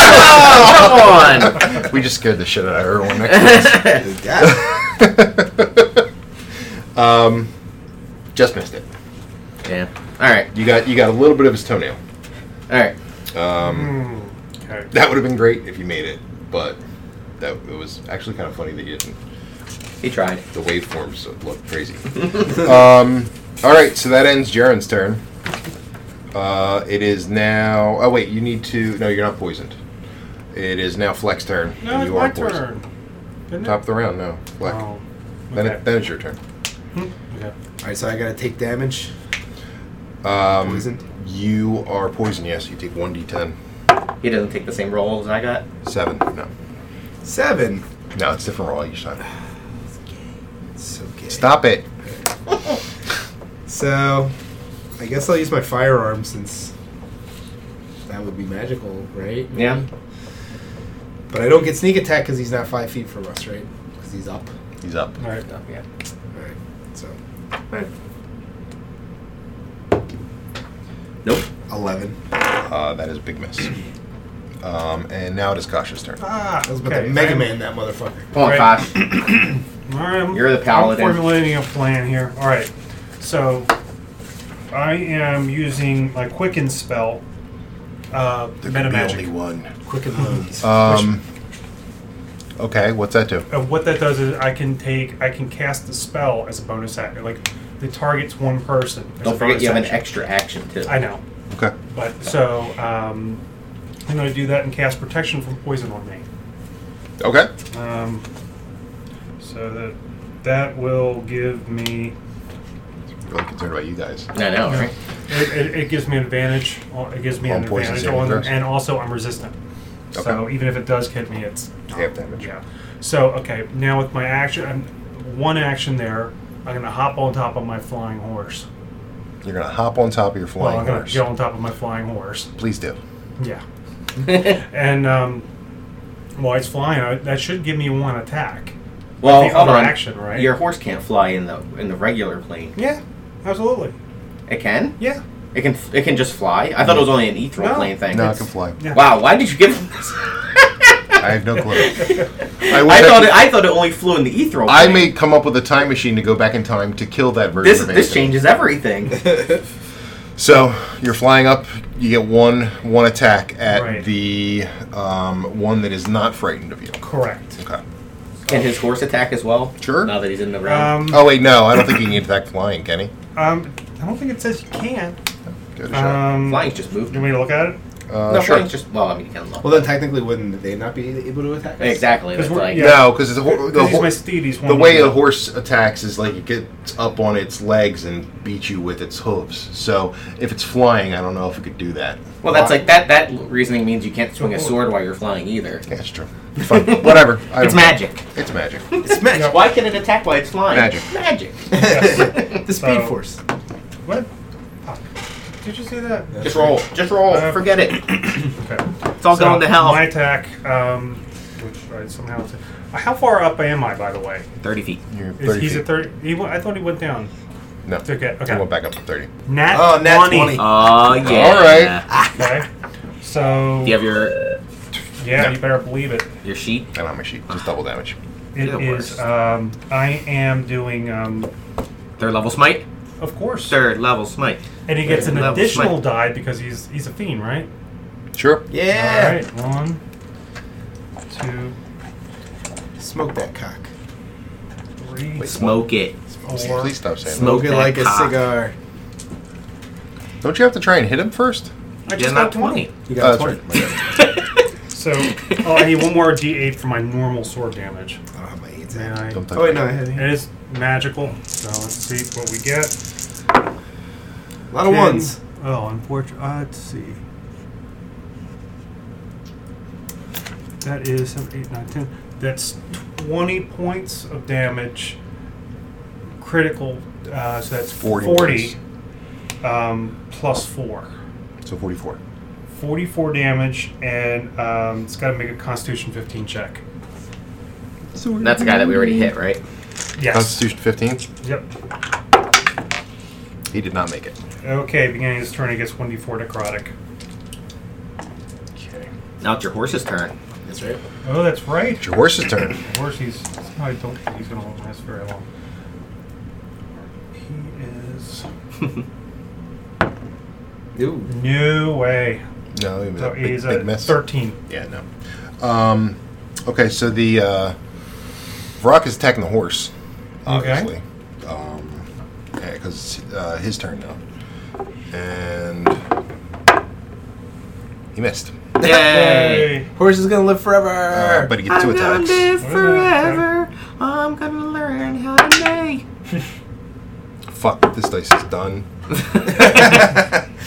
Oh, come on!
We just scared the shit out of everyone next
God.
to us. um, just missed it.
yeah. All right.
You got you got a little bit of his toenail.
All right.
Um,
Hmm. Okay.
that would have been great if you made it, but that it was actually kind of funny that you didn't.
He tried.
The waveforms look crazy. um, all right, so that ends Jaren's turn. Uh, it is now. Oh wait, you need to. No, you're not poisoned. It is now Flex turn.
No, it's
you
my turn. Isn't it?
Top of the round, no. Flex.
Oh,
Then,
okay.
it, then it's your turn.
Okay.
Alright, so I gotta take damage.
Um,
Poisoned?
You are poisoned. Yes, you take one d10.
He doesn't take the same roll as I got.
Seven. No,
Seven.
no, it's different roll each time.
It's so gay.
Stop it.
So, I guess I'll use my firearm since that would be magical, right?
Yeah.
But I don't get sneak attack because he's not five feet from us, right? Because he's up.
He's up.
All right.
No, yeah.
Alright, so.
Nope.
11.
Uh, that is a big miss. Um, and now it is Kasha's turn.
Ah,
I was about to Mega Man that motherfucker.
Come on,
Right.
Kosh.
All right, I'm-
You're the paladin.
I'm formulating a plan here. All right, so I am using my quicken spell, uh, meta magic.
one.
Quick and loans.
Uh,
Um, okay, what's that do?
And what that does is I can take, I can cast the spell as a bonus action. Like, it targets one person. as
Don't
a
forget
bonus
you have an
action.
extra action too.
I know,
Okay.
but so um, I'm going to do that and cast protection from poison on me.
Okay.
Um, so that that will give me.
Really concerned about you guys.
I know, right?
It, it, it gives me an advantage. on- It gives me
On
an
poison
advantage,
saving
on,
throws?
and also I'm resistant. So
Okay.
even if it does hit me, it's
Half damage.
yeah. So okay, now with my action, I'm, one action there, I'm gonna hop on top of my flying horse.
You're gonna hop on top of your
Well,
flying
I'm gonna
horse.
get on top of my flying horse.
Please do.
Yeah. and um, while it's flying, I, that should give me one attack.
Well,
the
hold
other
on.
action, right?
Your horse can't fly in the in the regular plane.
Yeah, absolutely.
It can.
Yeah.
It can. It can just fly. I thought it was only an ethereal
No.
plane thing.
No, I can fly.
Yeah.
Wow. Why did you give? him this?
I have no clue. I,
I
wish
thought.
could-
It, I thought it only flew in the ethereal.
I
plane.
may come up with a time machine to go back in time to kill that version
This
of
this
Anthony.
changes everything.
So you're flying up. You get one one attack at
Right.
the um, one that is not frightened of you.
Correct.
Okay.
Can his horse attack as well?
Sure.
Now that he's in the round.
Um,
Oh wait, no. I don't think you can attack flying, can he?
um, I don't think it says you can.
Give it a shot.
Um,
flying's just
You
moved.
want me to look at it?
Uh,
no,
sure.
flying's just. Well, I mean, he can look.
well, then technically, wouldn't they not be able to attack us?
exactly. That's
'Cause we're-
like.
yeah.
No, because the, ho- the,
Because he's
ho-
my steed. He's one
the way
of
a horse attacks is like it gets up on its legs and beats you with its hooves. So if it's flying, I don't know if it could do that.
Well, that's like that. That reasoning means you can't swing a sword while you're flying either.
Yeah, it's true. Fine. Whatever. I
It's
don't-
magic.
It's magic.
It's magic.
No.
Why can it attack while it's flying?
Magic.
Magic.
the Speed
So-
Force.
What? Fuck. Did you see that?
Just roll. Just roll.
Uh,
Forget it.
Okay.
It's all going to hell.
My attack, um, which I somehow. uh, How far up am I, by the way?
Thirty feet.
You're
Is,
30
he's
feet.
at 30. He, went- I thought he went down.
No.
Okay, okay.
He went back up to 30.
Nat
Oh, nat
20.
20.
Oh yeah.
All right.
Okay. So,
Do you have your
yeah,
No.
you better believe it.
your sheet?
And on my sheet. Just double damage.
It
It'll work.
is. Um, I am doing. Um,
Third level smite.
of course.
Third level smite.
And he gets an
Level
additional
smite.
die because he's he's a fiend, right?
Sure.
All
Yeah.
right. One, two,
Smoke that cock.
three,
Smoke it.
four.
Please stop saying
Smoke
it
that
like
cock.
a cigar.
that. Don't you have to try and hit him first?
I
You're
just
not
got
twenty.
twenty.
You got
Uh,
20. My bad.
So oh, I need one more D8 for my normal sword damage.
I don't have my hands
May
out.
I?
Don't
Oh, wait, no, I have hands.
It is magical. So let's see what we get.
A lot of
Ten.
ones.
Oh, unfortunately. Uh, let's see. That is seven, eight, nine, ten. That's 20 points of damage. Critical. Uh, so that's
40
40, um, plus 4.
So 44.
44 damage, and um, it's got to make a Constitution 15 check.
That's a guy that we already hit, right?
Yes.
Constitution 15.
Yep.
He did not make it.
Okay, beginning of his turn, he gets 1d4 necrotic.
Okay.
Now it's your horse's turn.
That's right.
Oh, that's right.
It's your horse's turn.
Of course, he's. I don't think he's going to last very long. He is.
Ooh.
No way.
No, he was
So
a big,
he's
big
a
mess.
13.
Yeah, no. Um, okay, so the uh, Vrock is attacking the horse, obviously. Um, yeah, because it's uh, his turn now, and he missed.
Yay!
Horse is gonna live forever.
Uh, but he gets two
I'm gonna
attacks.
live
Wait a
forever. I'm gonna learn how to make.
Fuck, this dice is done.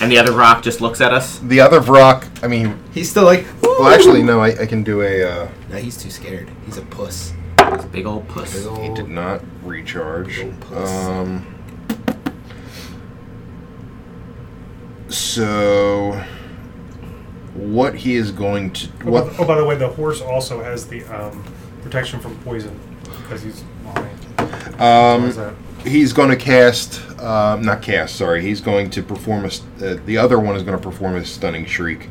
And the other rock just looks at us.
The other Vrock, I mean,
he's still like.
well, actually, no, I, I can do a. Uh,
No, he's too scared. He's a puss.
It's a big old puss.
Big
he
old-
did not recharge.
Little puss.
Um, so, what he is going to
Oh,
what? um,
by- Oh, by the way, the horse also has the um, protection from poison because he's.
Um,
that?
he's going to cast, um, not cast. Sorry, he's going to perform a. st- Uh, the other one is going to perform a stunning shriek,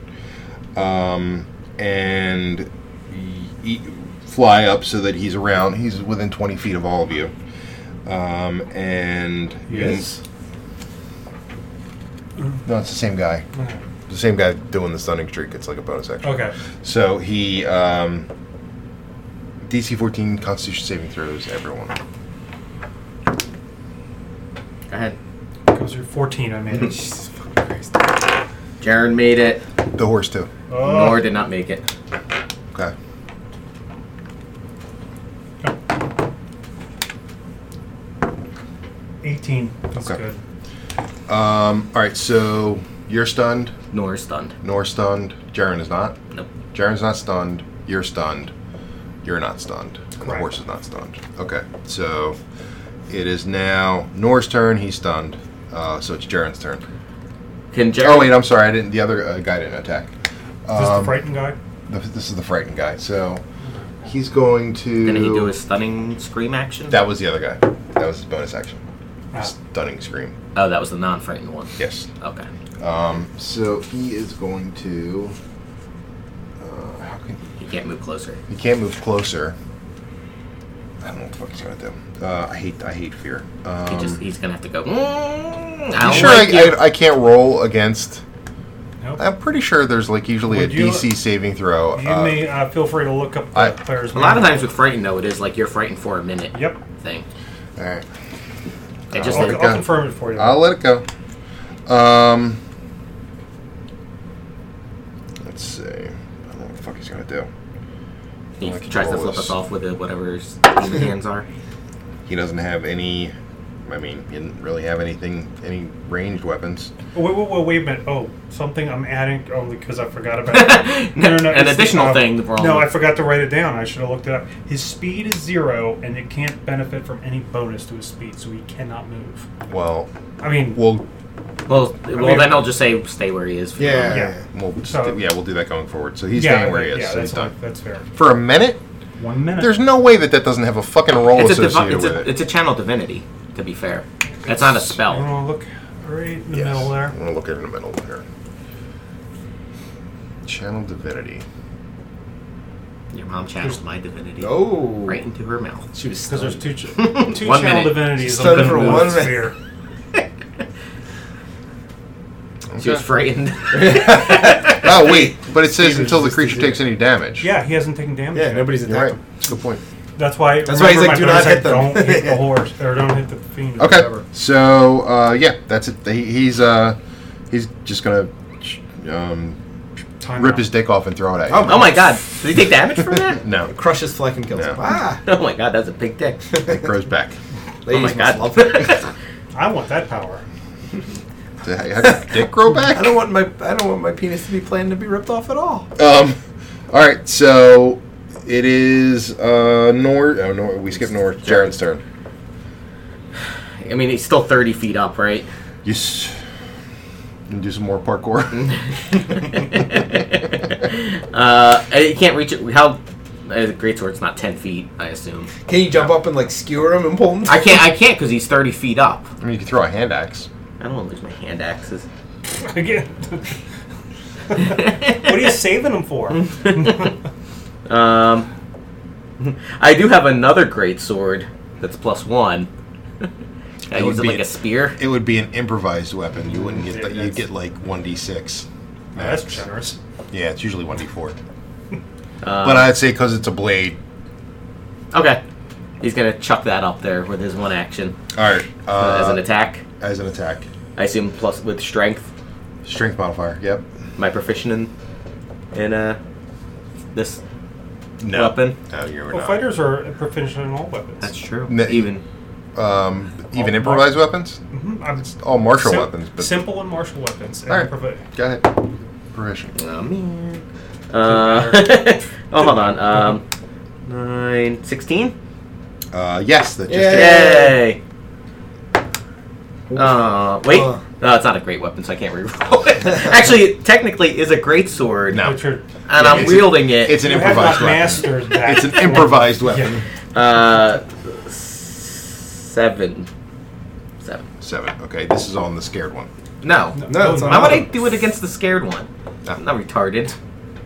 um, and y- y- fly up so that he's around. He's within twenty feet of all of you, um, and
Yes.
no, it's the same guy. The same guy doing the stunning shriek. It's like a bonus action.
Okay.
So he um, DC fourteen Constitution saving throws. Everyone.
Go ahead.
Goes through 14, I made it.
Jesus fucking Christ.
Jaren made it.
The horse too.
Oh.
Nor did not make it.
Okay.
Eighteen. That's
Okay.
good.
Um, all right, so you're stunned,
Nor stunned.
nor stunned. Jaren is not.
Nope.
Jaren's not stunned. You're stunned. You're not stunned. And the
Correct.
horse is not stunned. Okay, so it is now Nor's turn. He's stunned. Uh, so it's Jaren's turn.
Can Jaren?
Oh wait, I'm sorry. I didn't. The other uh, guy didn't attack.
Is this the
Um,
frightened guy?
th- This is the frightened guy. So he's going to.
Didn't he do his stunning scream action?
That was the other guy. That was his bonus action.
Ah.
Stunning scream.
oh, that was the non-frightened one.
Yes.
Okay.
Um, so he is going to. Uh, how can
He can't move closer.
he can't move closer? I don't know what the fuck he's gonna do. Uh, I hate I hate fear. Um,
He just he's gonna have to go. "Mm, I
you
don't
sure
like
I,
you."
I, I can't roll against?
Nope.
I'm pretty sure there's like usually
Would
a
you-
DC saving throw.
you
uh,
may uh, feel free to look up the
I-
player's
A lot of
manual.
times with frightened though, it is like you're frightened for a minute.
Yep.
Thing.
all right,
It just
I'll,
let it
I'll
go.
confirm it for you.
I'll let it go. Um, let's see. I don't know what the fuck he's gonna do.
he
Like
tries to
always.
flip us off with it, whatever his demon hands are.
He doesn't have any. I mean, he didn't really have anything, any ranged weapons.
Oh, wait, wait, wait, wait a minute. Oh, something I'm adding only because I forgot about it.
An
it's-
additional
uh,
thing that we're all-
No, I forgot to write it down. I should have looked it up. His speed is zero, and it can't benefit from any bonus to his speed, so he cannot move.
Well,
I mean,
we'll
Well, well,
mean-
then I'll just say stay where he is. for now.
Yeah.
Yeah.
we'll just,
So-
yeah we'll do that going forward. So he's
yeah,
staying where he is.
yeah,
so he's
that's,
done.
that's fair.
For a minute,
One minute.
there's no way that that doesn't have a fucking roll
It's a, divi-
associated
it's, a,
with it.
it's a channel divinity, to be fair. That's not a
I
spell.
want to look right in the
Yes.
middle there.
I'm gonna look at it in the middle here. Channel divinity.
Your mom channeled my divinity
Oh.
right into her mouth.
She was
Because
stunned.
there's two, ch- two
One
channel
minute.
divinities.
Stunned
I'm gonna
for
move
one
it
minute.
here.
She was
Okay.
frightened.
Oh wait, but it says
Steven
until the
resisted
creature
it.
takes any damage.
Yeah, he hasn't taken damage.
Yeah, nobody's
You're right.
attacked
That's a good point.
That's why.
That's why he's
remember
like,
my
"Do not
brother
hit
said,
them."
Don't hit the horse, or don't hit the fiend. Or
Okay.
Whatever.
So uh, yeah, that's it. He, he's uh, he's just gonna um,
Time
rip
out.
his dick off and throw it at you.
Oh
oh my god. Did he take damage from that?
No,
them. Crushes Fleck and kills
No.
him. Ah!
Oh my god, that's a big dick.
it grows back.
Oh my
Ladies must
god.
love it.
I want that power.
So How does your dick grow back?
I don't want my I don't want my penis to be planned to be ripped off at all.
Um, all right, so it is uh north. Oh, nor- we skip north. Jaren's turn.
I mean, he's still 30 feet up, right?
You s- can do some more parkour.
uh, and you can't reach it. How? Uh, great sword's not 10 feet, I assume.
Can you jump up and like skewer him and pull him?
I can't. I can't because he's 30 feet up.
I mean, you can throw a hand axe.
I don't want to lose my hand axes.
Again. what are you saving them for?
Um, I do have another great sword that's plus one. I
That would
use it
be
like
it.
a spear.
It would be an improvised weapon. You wouldn't get
Yeah,
that. You'd
that's-
get like one d six.
That's generous.
Yeah, it's usually one d four.
Um,
But I'd say because it's a blade.
Okay, he's gonna chuck that up there with his one action
All right, uh,
uh, as an attack.
as an attack,
I assume plus with strength,
strength modifier. Yep.
my proficient in, in uh this
No.
weapon.
No, you're
Well,
not.
fighters are proficient in all weapons.
That's true.
No,
Even
Um, even improvised weapons.
Mhm, I'm-
All martial
sim-
weapons. But
Simple and martial weapons. And
All right.
provi-
Go ahead. Proficient.
Oh man. Uh, oh, hold on. Um, nine, sixteen.
Uh, yes, that just
Yeah.
Yay! Uh, wait.
Uh.
No, it's not a great weapon, so I can't reroll it. Actually, it technically is a great sword.
No.
Which are,
And I'm
It's a-
wielding it.
It's an
you have not
improvised weapon.
mastered that.
It's an improvised weapon.
uh, s- seven. Seven.
Seven. Okay, this is on the scared one.
No.
No, it's
Why
not.
would I do it against the scared one?
No.
I'm not retarded.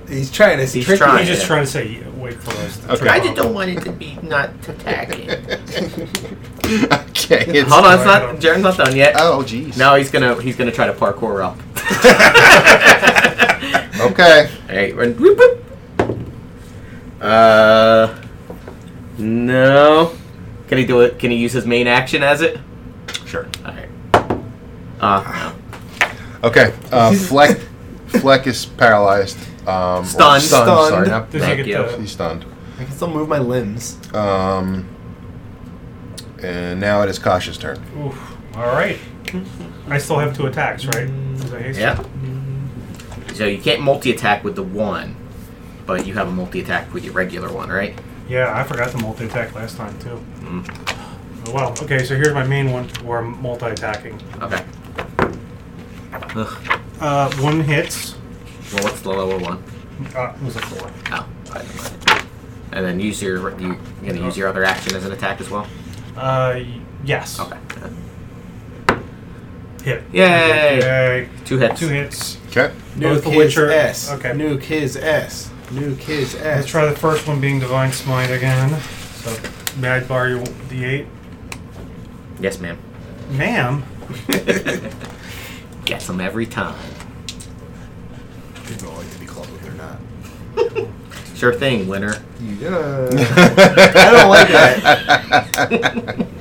He's trying to
He's
trick
trying.
He's just
Yeah.
trying to say, yeah, wait for us. To
Okay.
trip
I
on
just
him.
don't want it to be not attacking.
okay. It's,
Hold on, it's
Sorry,
not.
I don't-
Jaren's not done yet.
Oh, jeez.
Now he's gonna he's gonna try to parkour up.
Okay.
Alright, run. Whoop, whoop. Uh, no. Can he do it? Can he use his main action as it?
Sure.
Alright. Uh,
Okay. Uh, Fleck. Fleck is paralyzed. Um, or
Stunned.
Stunned. Sorry,
Stunned.
not,
Does
Thank
he
you.
get the,
he's stunned.
I can still move my limbs.
Um, and now it is Kasha's turn.
Oof. All right. I still have two attacks, right? 'Cause I haste.
yeah. So you can't multi-attack with the one, but you have a multi-attack with your regular one, right?
Yeah, I forgot to multi attack last time, too.
Mm-hmm.
Oh, well, okay, so here's my main one where I'm multi attacking.
Okay. Ugh.
Uh, one hits.
Well, what's the lower one?
Uh, it was a four.
Oh, I don't mind. And then use your you gonna use your other action as an attack as well.
Uh, y- yes.
Okay. Uh,
Hit.
Yay!
Yay.
Two hits.
Two hits.
Okay.
Nuke
Nuke
the
his
Witcher.
ass.
Okay.
Nuke his ass. Nuke his ass.
Let's try the first one being Divine Smite again. So, may I borrow your D8?
Yes, ma'am.
Ma'am.
Gets them every time.
People don't like to be called what they're not.
Sure thing, winner.
Yeah. I don't like that.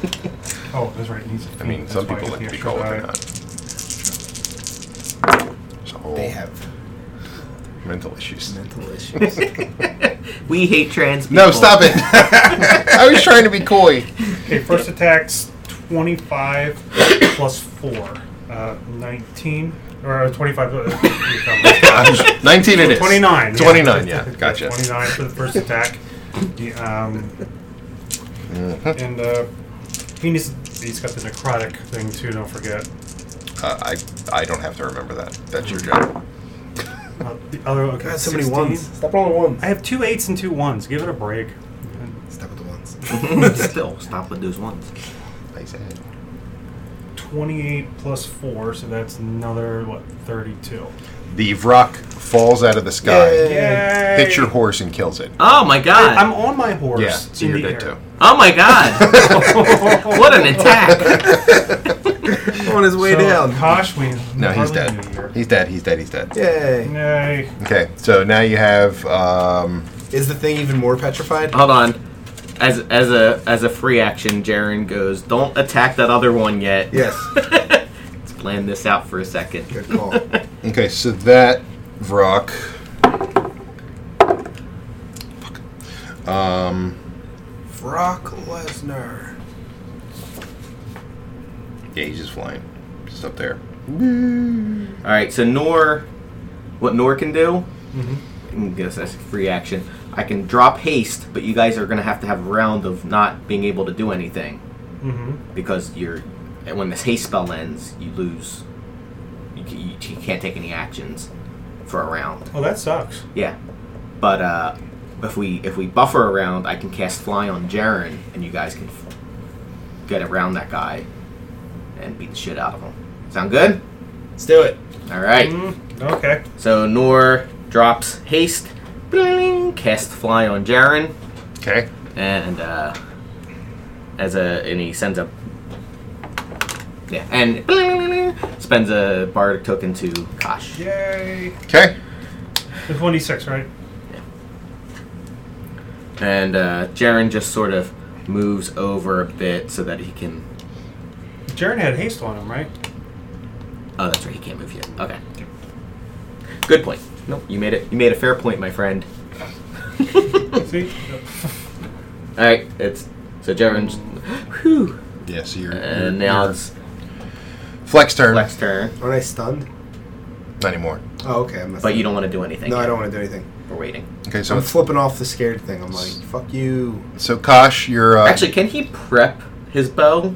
Oh, that's right. it needs
I mean, some people like to be called what they're not. There's a whole
They have
mental issues.
mental issues.
We hate trans people.
No, stop it! I was trying to be coy.
Okay, first attack's 25 plus 4. Uh, 19. Or uh, 25. Uh, you
Gosh. 19 it is.
29.
29, yeah. Gotcha.
29 for the first attack. The, um,
Uh-huh.
and uh, he needs, he's got the necrotic thing too, don't forget.
Uh, I, I don't have to remember that. That's your job.
Uh, the other, okay,
God, so many
16.
ones. Stop rolling ones.
I have two eights and two ones. Give it a break.
Stop with the ones.
Still, stop with those ones.
I said.
28 plus 4, so that's another, what, 32.
The Vrock falls out of the sky,
Yay.
hits your horse, and kills it.
Oh my god.
I'm on my horse.
Yeah, so
in
you're
the
dead
air.
too.
oh my god. what an attack.
On his way
So,
down.
Kosh wins.
No, he's
Harley
dead.
New Year.
He's dead. He's dead. He's dead.
Yay.
Yay.
Okay, so now you have. Um,
Is the thing even more petrified?
Hold on. As as a as a free action, Jaren goes, Don't attack that other one yet.
Yes.
Let's plan this out for a second.
Good call.
okay, so that Vrock. Fuck. Um,
Brock Lesnar.
yeah, he's just flying, just up there.
Alright, so Nor what Nor can do?
Mm-hmm.
I guess that's a free action. I can drop haste, but you guys are gonna have to have a round of not being able to do anything.
Mm-hmm.
because you're and when this haste spell ends, you lose. You, ca- you, you can't take any actions for a round.
Well, Oh, that sucks.
Yeah, but uh, if we if we buffer a round, I can cast fly on Jaren, and you guys can f- get around that guy and beat the shit out of him. Sound good?
Let's do it.
All right.
Mm, okay.
So Nor drops haste, bling, cast fly on Jaren.
Okay.
and uh, as a and he sends a yeah and spends a bardic token to Kosh.
Yay.
Okay.
It's 1d6, right?
And uh, Jaren just sort of moves over a bit so that he can.
Jaren had haste on him, right?
Oh, that's right. He can't move yet. Okay. Good point. Nope. You made it. You made a fair point, my friend.
See?
All right. It's so Jaren's. Whew.
Yeah, so you're.
And now it's
Flex turn.
Lex turn,
Aren't I stunned?
Not anymore.
Oh, okay. I'm not
but
stunned.
you don't want to do anything.
No, I
yet.
don't want to do anything.
We're waiting.
Okay, so
I'm flipping off the scared thing. I'm like, fuck you.
so Kosh, you're uh,
Actually, can he prep his bow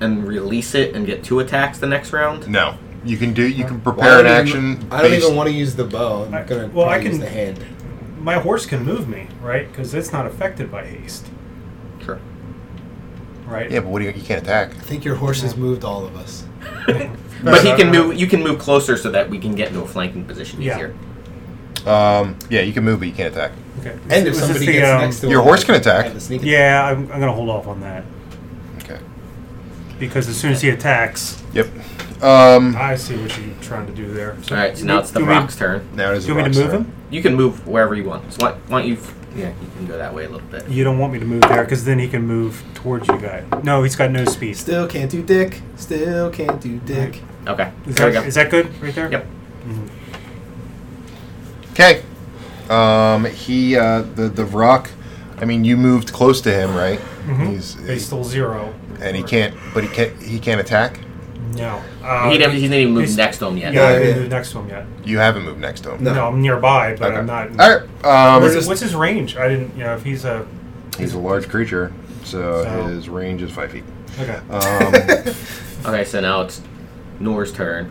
and release it and get two attacks the next round?
no. You can do. You can
Well,
prepare
I
an
don't
action.
even- I don't
based-
even want to use the bow.
I-
I'm gonna
well, I
probably use
can-
the hand.
My horse can move me, right? Because it's not affected by haste,
Sure.
right?
Yeah, but what do you? You can't attack.
I think your horse has moved all of us.
But he
Uh,
can move. You can move closer so that we can get into a flanking position
Yeah.
easier.
Um, yeah, you can move, but you can't attack.
Okay.
And if
Was this
somebody
the,
gets
um,
next to
Your
him,
horse
I-
can attack.
I have to sneak attack.
Yeah, I'm, I'm going to hold off on that.
Okay.
Because as soon as he attacks,
Yep. Um,
I see what you're trying to do there. So
All right. So
do
now
you-
it's the
do you want me-
rock's turn.
now it is.
Do you want me to
Rock's
move
turn.
him?
You can move wherever you want. So why, why don't you? f- Yeah, you can go that way a little bit.
You don't want me to move there because then he can move towards you guys. No, he's got no speed. Is
Still can't do dick. Still can't do dick.
Okay. there
that,
we go.
is that good right there? Mm-hmm.
Yep.
Okay. Um, he uh, the the rock. I mean, you moved close to him, right? He's,
Mm-hmm. He's still zero.
and he can't, but he can't. He can't attack.
No. Uh,
he didn't, he's not even moved
he's-
next to him yet.
Yeah, I
Yeah,
didn't
yeah.
move next to him yet.
You haven't moved next to him.
No,
No.
I'm nearby, but
Okay.
I'm not.
All right. Um,
What's, what's his range? I didn't. You know, if he's a.
he's a large creature, so,
So-
his range is five feet.
Okay.
Um,
Okay. So now it's Nor's turn,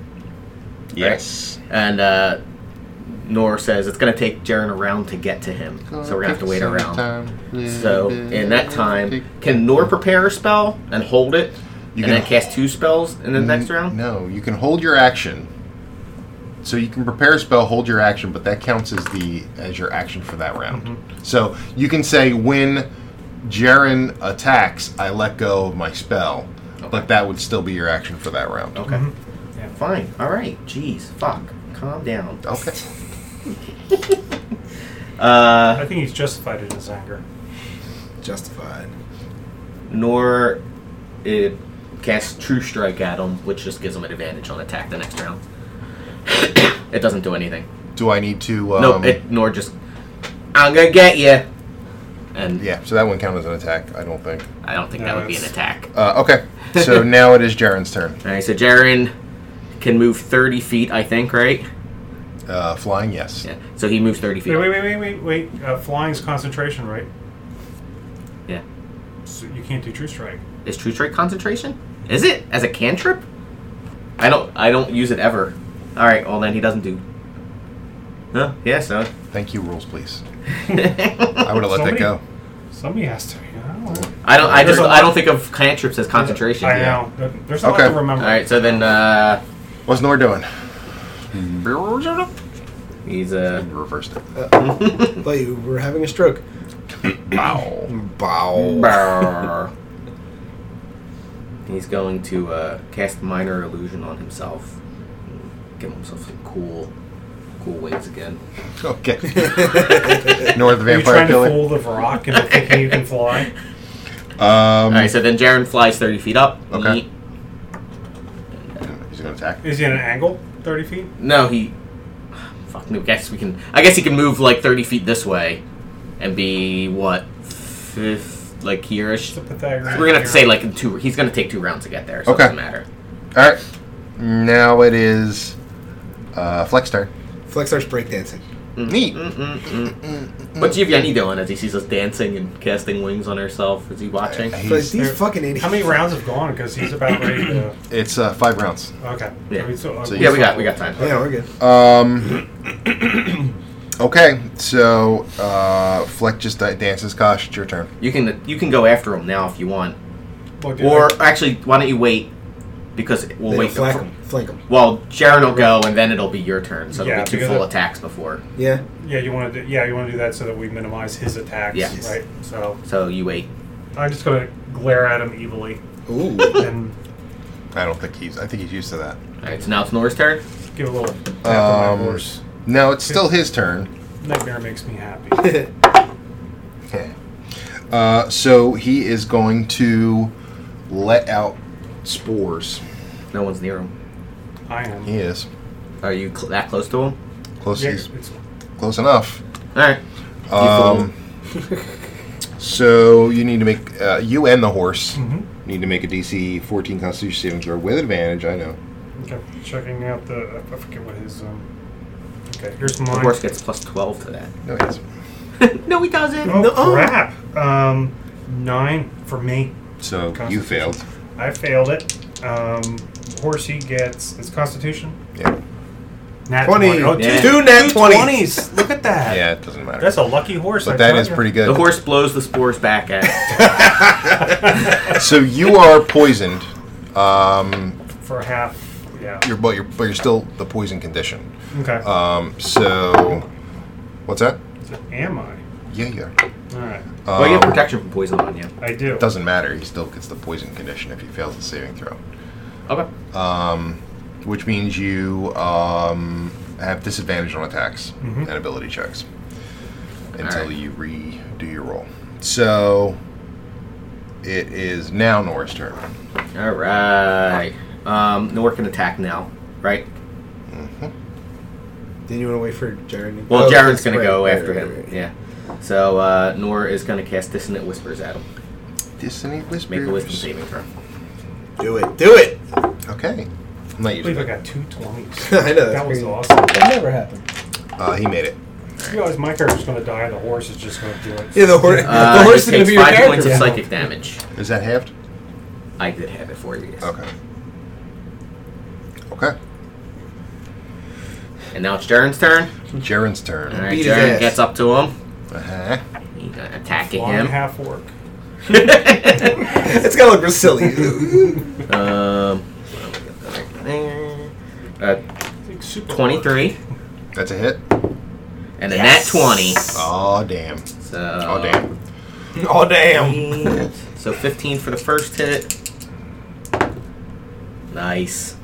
yes.
and uh, Nor says it's gonna take Jaren a round to get to him.
Oh,
So we're gonna have to wait around. So in that time, can Nor prepare a spell and hold it,
You can
and
Mm-hmm.
then cast two spells in the next
N-
round?
Mm, No, you can hold your action. So you can prepare a spell, hold your action, but that counts as the as your action for that round.
Mm-hmm.
So you can say when Jaren attacks, I let go of my spell, but that would still be your action for that round.
Okay.
Mm-hmm.
Fine. All right. Jeez. Fuck. Calm down.
Okay.
Uh,
I think he's justified in his anger.
Justified.
nor it casts True Strike at him, which just gives him an advantage on attack the next round. it doesn't do anything.
Do I need to? Um,
no. It nor just. I'm gonna get you. And
Yeah. So that wouldn't count as an attack, I don't think.
I don't think
No,
that would be an
it's-
attack.
Uh, okay. So now it is Jaren's turn.
All right. So Jaren can move 30 feet, I think. Right.
Uh, flying, yes.
Yeah. So he moves 30 feet.
Wait, wait, wait, wait, wait, wait. Uh, flying's concentration, right?
Yeah.
So you can't do true strike.
Is True Strike concentration? Is it as a cantrip? I don't. I don't use it ever. All right. Well, then he doesn't do. No. Yeah. So.
Thank you, rules, please.
I
I would have let that
Somebody-
go.
Somebody has to. You know?
don't. I
There's
just.
a lot-
I don't think of cantrips as concentration.
I
Yeah.
know. There- There's a lot
Okay.
to remember.
All right. So then. uh
What's Nor doing?
He's uh,
And reversed it.
Thought you were having a stroke.
Bow.
Bow.
Brrr. He's going to uh, cast minor illusion on himself. Give himself some cool, cool wings again.
Okay. North
Are you trying
Vampire Pillar.
to fool the Varrock into thinking you can fly?
Um,
All right, so then Jaren flies thirty feet up.
Okay.
Yeet.
He's gonna attack.
Is he at an angle? 30 feet?
No, he. Fuck. I guess we can. I guess he can move like thirty feet this way, and be what fifth, like here-ish.
It's a Pythagorean.
We're gonna have to say like in two. He's gonna take two rounds to get there. So
Okay.
It doesn't matter.
All right. Now it is uh, Flex turn.
Flex starts breakdancing.
Neat.
Mm-mm-mm.
Mm.
What's Giovanni doing as he sees us dancing and casting wings on herself? Is he watching?
But these
He's-
fucking idiots.
How many rounds have gone? Because he's about ready to.
it's uh, five rounds.
Okay.
Yeah.
I mean, so, uh,
So you-
Yeah, we got we got time.
Yeah, we're good.
Um. okay, so uh, Fleck just di- dances. Kosh, it's your turn.
You can you can go after him now if you want,
Look, dude,
or actually, why don't you wait? Because we'll
They
wait.
flank
for-
them. Flank them.
well, Jaren will go, and then it'll be your turn. So
Yeah,
there'll be two
because
full
it-
attacks before.
Yeah.
Yeah, you want to do. Yeah, you want to do that so that we minimize his attacks.
Yeah.
Right. So
So you wait.
I'm just gonna glare at him evilly
Ooh.
and
I don't think he's. I think he's used to that.
All right. So now it's Nora's turn.
give a little tap on my
Um,
horse.
no, it's still his turn.
Nightmare makes me happy.
Uh, so he is going to let out spores.
No one's near him.
I am.
He is
Are you cl- that close to him?
close.
Yeah,
he's
it's-
close enough.
All right. You
Um, so you need to make uh, you and the horse
Mhm.
need to make a DC 14 Constitution saving throw with advantage. I know.
Okay, checking out the. I forget what his. Um, okay, here's
The
mine.
horse gets plus twelve to
No, he hasn't.
that. no, he doesn't.
Oh,
No.
crap! Um, nine for me.
So you
Constitution.
failed.
I failed it. Um, Horsey gets his Constitution.
Yeah.
Nat
20.
Oh,
Yeah.
two,
Two nat
two
20s.
20s. Look at that.
Yeah, it doesn't matter.
That's a lucky horse. I
but that
tell
is
ya.
pretty good.
The horse blows the spores back at.
So you are poisoned. Um,
for half. Yeah.
you're but you're but you're still the poison condition.
Okay.
uh,
Um, so what's that?
So am I?
Yeah, you are.
All right.
uh,
well, you have
Um,
protection from poison on you.
I do.
Doesn't matter. He still gets the poison condition if he fails the saving throw.
Okay.
which means you um, have disadvantage on attacks and ability checks until
Alright.
you redo your roll. So it is now Nora's turn.
All right. Um, Nor can attack now, right?
Mm-hmm.
Then you want to wait for Jaren?
Well,
Oh,
Jared's
that's
gonna
right,
go
right,
after
right,
him.
right, right.
Yeah. So uh, Nor is gonna cast dissonant whispers at him.
Dissonant
Make a wisdom
whispers.
saving throw.
Do it. Do it.
Okay. I'm not
I
using
believe I
it.
got two 20s.
I know.
that
that's
was
crazy.
awesome.
That never happened.
Uh, he made it.
You realize my character's going to die. The horse is just going to do it.
Yeah, the horse.
Uh,
the
he
horse is gonna
takes
be your
five
character.
points of
yeah.
psychic damage.
Is that halved?
I did have it for you. Yes.
Okay. Okay.
And now it's Jaren's turn.
Jaren's turn.
All right,
Beat his
Jaren
ass.
gets up to him.
Uh-huh.
He's uh, attacking
Long
him.
half work.
it's gonna look real silly.
um, uh, twenty-three
That's a hit.
and a
Yes.
nat twenty.
Oh damn.
So,
Oh damn.
oh damn.
damn! So fifteen for the first hit. Nice.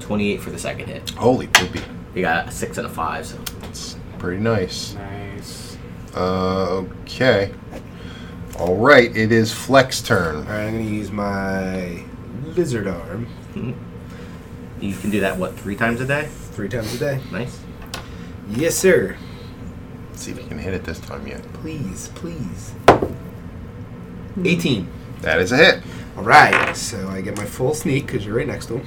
Twenty-eight for the second hit.
Holy poopy.
You got a six and a five. So
That's pretty nice.
Nice.
Uh, okay. All right, it is Flex turn.
All right, I'm gonna use my lizard arm
you can do that what three times a day?
three times a day.
Nice.
Yes, sir.
Let's see if you can hit it this time yet.
Please, please. 18.
That is a hit.
All right, so I get my full sneak because you're right next to him.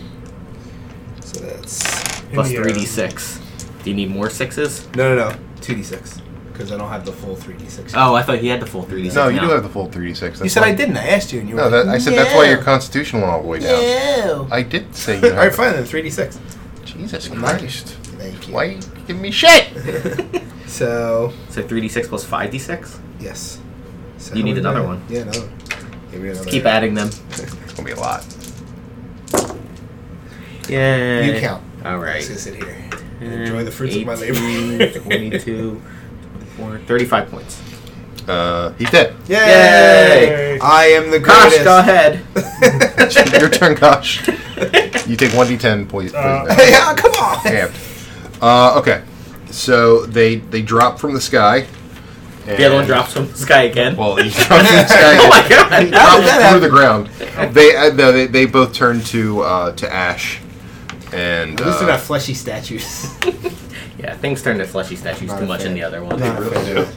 So that's
In
Plus
the air.
three d six. Do you need more sixes?
no, no, no, two d six because I don't have the full three d six.
Oh, I thought he had the full three d six.
No, you do have the full 3d6.
Oh.
you
that's
said
why-
I didn't. I asked you, and you were
No,
like,
that, I said that's why your
"No."
constitutional all the way down.
No.
I did say you
All right,
have
fine then, three d six.
Jesus Christ.
Thank you.
Why you giving me shit?
So
So three d six plus five d six.
yes, so
You need another
yeah,
one.
Yeah, another one. Give me another.
Keep adding them.
It's going to be a lot.
Yeah.
You count.
All
I'm
right.
just gonna sit here. Enjoy the fruits of my labor.
18, 22, 24, 35 points.
Uh, he's dead.
Yay!
I am the
Gosh,
greatest.
go ahead.
Your turn, Gosh. You take 1d10 poison.
Uh,
poison.
yeah, come on.
Damned. Uh, okay. So they they drop from the sky.
The other one
and-
drops from the sky again.
Well, he dropped from the sky.
oh my god!
Dropped
How did that
through the ground. They, uh, no, they they both turn to uh, to ash, and
At least they're
uh,
not fleshy statues.
happen? Yeah, things turn to fleshy statues
Not
too
a
much in
fan.
the other one.
Not a
really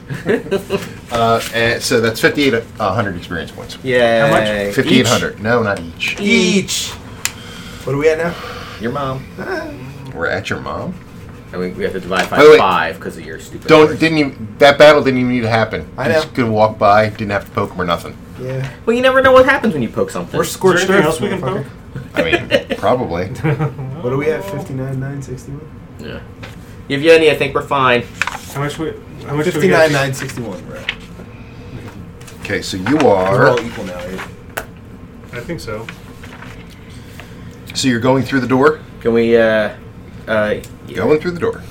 do. uh, and so that's 58, uh, 100 experience points.
Yeah.
much?
5800. No, not each.
Each. What are we at now?
Your mom.
We're at your mom.
I mean, we have to divide by
By the way,
five because of your stupid.
Don't
numbers.
didn't even that battle didn't even need to happen.
I
You
know.
Just could walk by, didn't have to poke him or nothing.
Yeah.
Well, you never know what happens when you poke something.
We're scorched
anything
earth,
else we can
motherfucker.
I mean, probably.
What are we
Oh.
at? 59, 9, 61?
yeah. If you any, I think we're fine.
How much we? How much
59,
we get?
9, 61. Right.
Okay, so you
We're
are
all equal now, right?
I think so.
so you're going through the door.
Can we? Uh, uh, yeah,
Going through the door.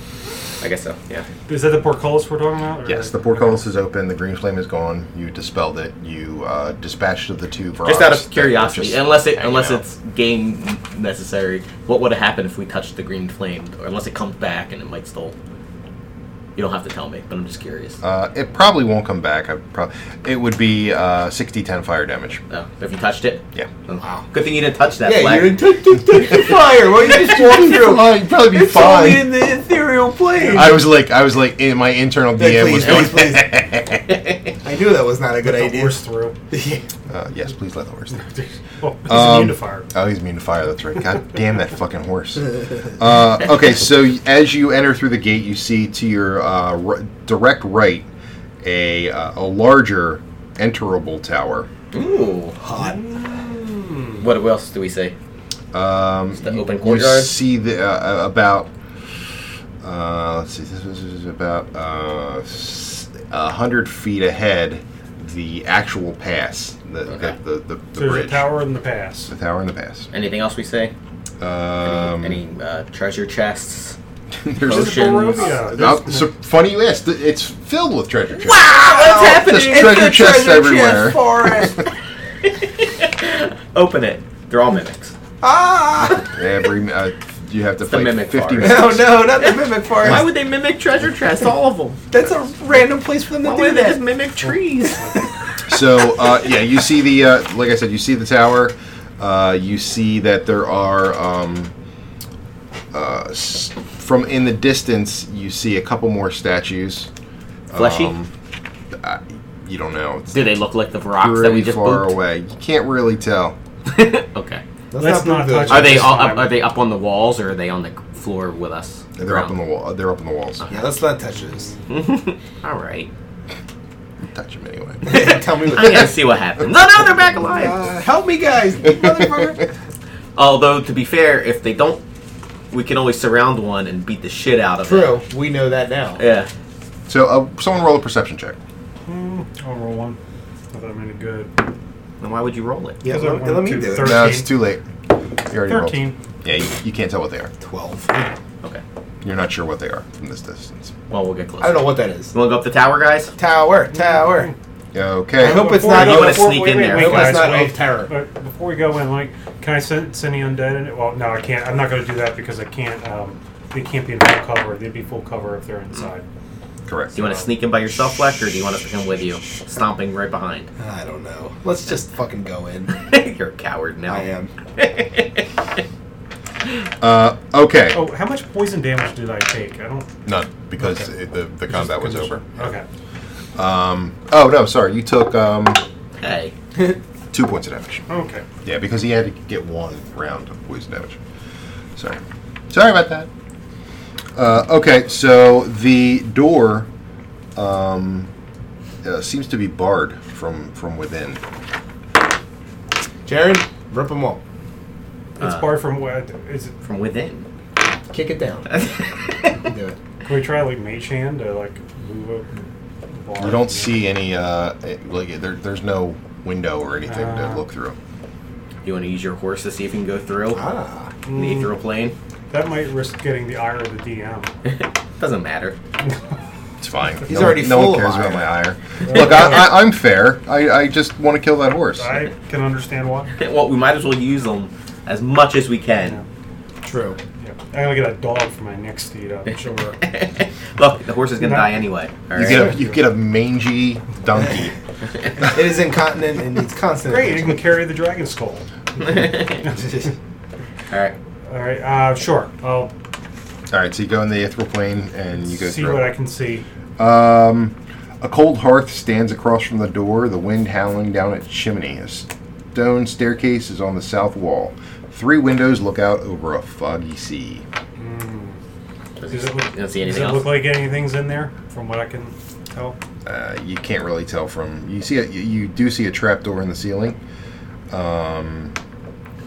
I guess so. Yeah.
Is that the portcullis we're talking about? or-
Yes, the portcullis is open. The green flame is gone. You dispelled it. You uh, dispatched of the two.
Just out
Varans that
of
were
curiosity,
just
unless it
hanging
unless
out.
it's game necessary, what would have happened if we touched the green flame, or unless it comes back and it might still? You don't have to tell me, but I'm just curious.
Uh, it probably won't come back. I prob- it would be uh, 60 10 fire damage.
oh, if you touched it,
Yeah.
wow. Good thing you didn't touch that.
Yeah,
flag.
you're in touch the fire. Well, you just walked through.
Oh, you'd probably be
It's
fine.
only in the ethereal plane.
I was like, I was like, in my internal DM
Hey,
was
please,
going.
please, I knew that was not a good
The
idea.
horse through.
uh, yes, please let the horse. Through.
Oh, it's
Um,
immune to fire.
Oh, he's immune to fire. That's right. God damn that fucking horse. Uh, okay, so y- as you enter through the gate, you see to your uh, r- direct right a uh, a larger enterable tower.
Ooh. Hmm.
Hot.
What else do we say?
Um,
the
you-
open courtyard?
You see the uh, uh, about. Uh, let's see. This is this is about uh, s- a hundred feet ahead. The actual pass, the
Okay.
the, the, the, the
So There's
bridge,
a tower in the
Uh,
pass.
the tower, and the pass.
Anything else we say?
Um,
Any uh, treasure chests?
there's
Potions?
a,
Barovia.
uh, so funny you asked. It's filled with treasure chests.
Ah, what's happening?
There's treasure chests everywhere.
Open it. They're all mimics.
ah!
Every uh, you have to
the
fight
mimic
fifty
part. Oh,
minutes.
No, no, not the mimic forest.
would they mimic treasure chests? All of them.
That's a random place for them to do that.
mimic trees?
So uh, yeah, you see the uh, like I said, you see the tower. Uh, you see that there are um, uh, s- from in the distance. You see a couple more statues. Um,
Fleshy?
I, you don't know. It's
do they look like the rocks that we
really
just
far
booped?
away. You can't really tell.
Okay.
Let's not touch
Are
At
they
this
all up,
time.
are they up on the walls or are they on the floor with us?
They're up on the wall. They're up on the walls.
Yeah, let's not touch those.
All right.
Touch them anyway.
Tell me
I'm
what.
gonna see what happens. Oh, No, no, they're back alive.
Uh, help me, guys, motherfucker!
Although to be fair, if they don't, we can always surround one and beat the shit out of it.
True, we know that now.
Yeah.
So uh, someone roll a perception check.
Hmm, I'll roll one. Not that many good.
Then why would you roll it?
Yeah,
Those are
let,
one,
let me
two,
do it.
three.
No, it's
13.
too late. You already rolled.
Thirteen.
Yeah, you, you can't tell what they are.
Twelve.
Okay.
You're not sure what they are from this distance.
Well, we'll get close.
I don't know what that is.
You want to go up the tower, guys?
Tower, tower.
Okay.
I hope it's
Before
not-
we
you
go-
wanna
before-
sneak
wait,
in
wait,
there.
wait,
I hope
guys,
it's not
wait.
of terror.
But before we go in, like, can I send, send the undead in it? Well, no, I can't. I'm not going to do that because I can't. Um, they can't be in full cover. They'd be full cover if they're inside.
Correct.
Do you want to sneak in by yourself, Fleck, or do you want to come with you, stomping right behind?
I don't know. Let's just fucking go in.
You're a coward now.
I am.
Uh, okay.
Oh, how much poison damage did I take? I don't.
None, because it, the, the combat Oh, was over.
Okay.
Um, oh no, sorry. You took um,
Hey,
two points of damage.
Okay.
Yeah, because he had to get one round of poison damage. Sorry. Sorry about that. Uh, okay, so the door um, uh, seems to be barred from from within.
Jared, rip them all.
It's
Uh,
barred from what? Is it?
from within.
Kick it down.
I
Do it.
Can we try like mage hand to like move up? the bar?
You don't see any uh, it- like there, there's no window or anything to
Ah.
look through.
You want to use your horse to see if you can go through
Ah.
the ethereal plane?
That might risk getting the ire of the DM.
Doesn't matter.
It's fine.
He's
no,
already
no
full
one
of
cares
ire.
about my ire. Look, I, I, I'm fair. I, I just want to kill that horse.
I can understand why.
well, we might as well use them as much as we
Yeah.
can.
True.
Yeah. I'm gonna get a dog for my next to eat up.
Sure.
Look, the horse is gonna
No.
die anyway. all
You
right?
get a you get a mangy donkey.
it is incontinent and needs constant.
Great, you can carry the dragon skull.
all right.
All right, uh, sure. I'll
All right, so you go in the ethereal plane and you go
see
through.
what I can see.
Um, a cold hearth stands across from the door, the wind howling down its chimney. A stone staircase is on the south wall. Three windows look out over a foggy sea.
Does
Does it
you
look,
don't see
does
anything
it
else?
look like anything's in there from what I can tell?
Uh, you can't really tell from you see a, you- you do see a trap door in the ceiling, um,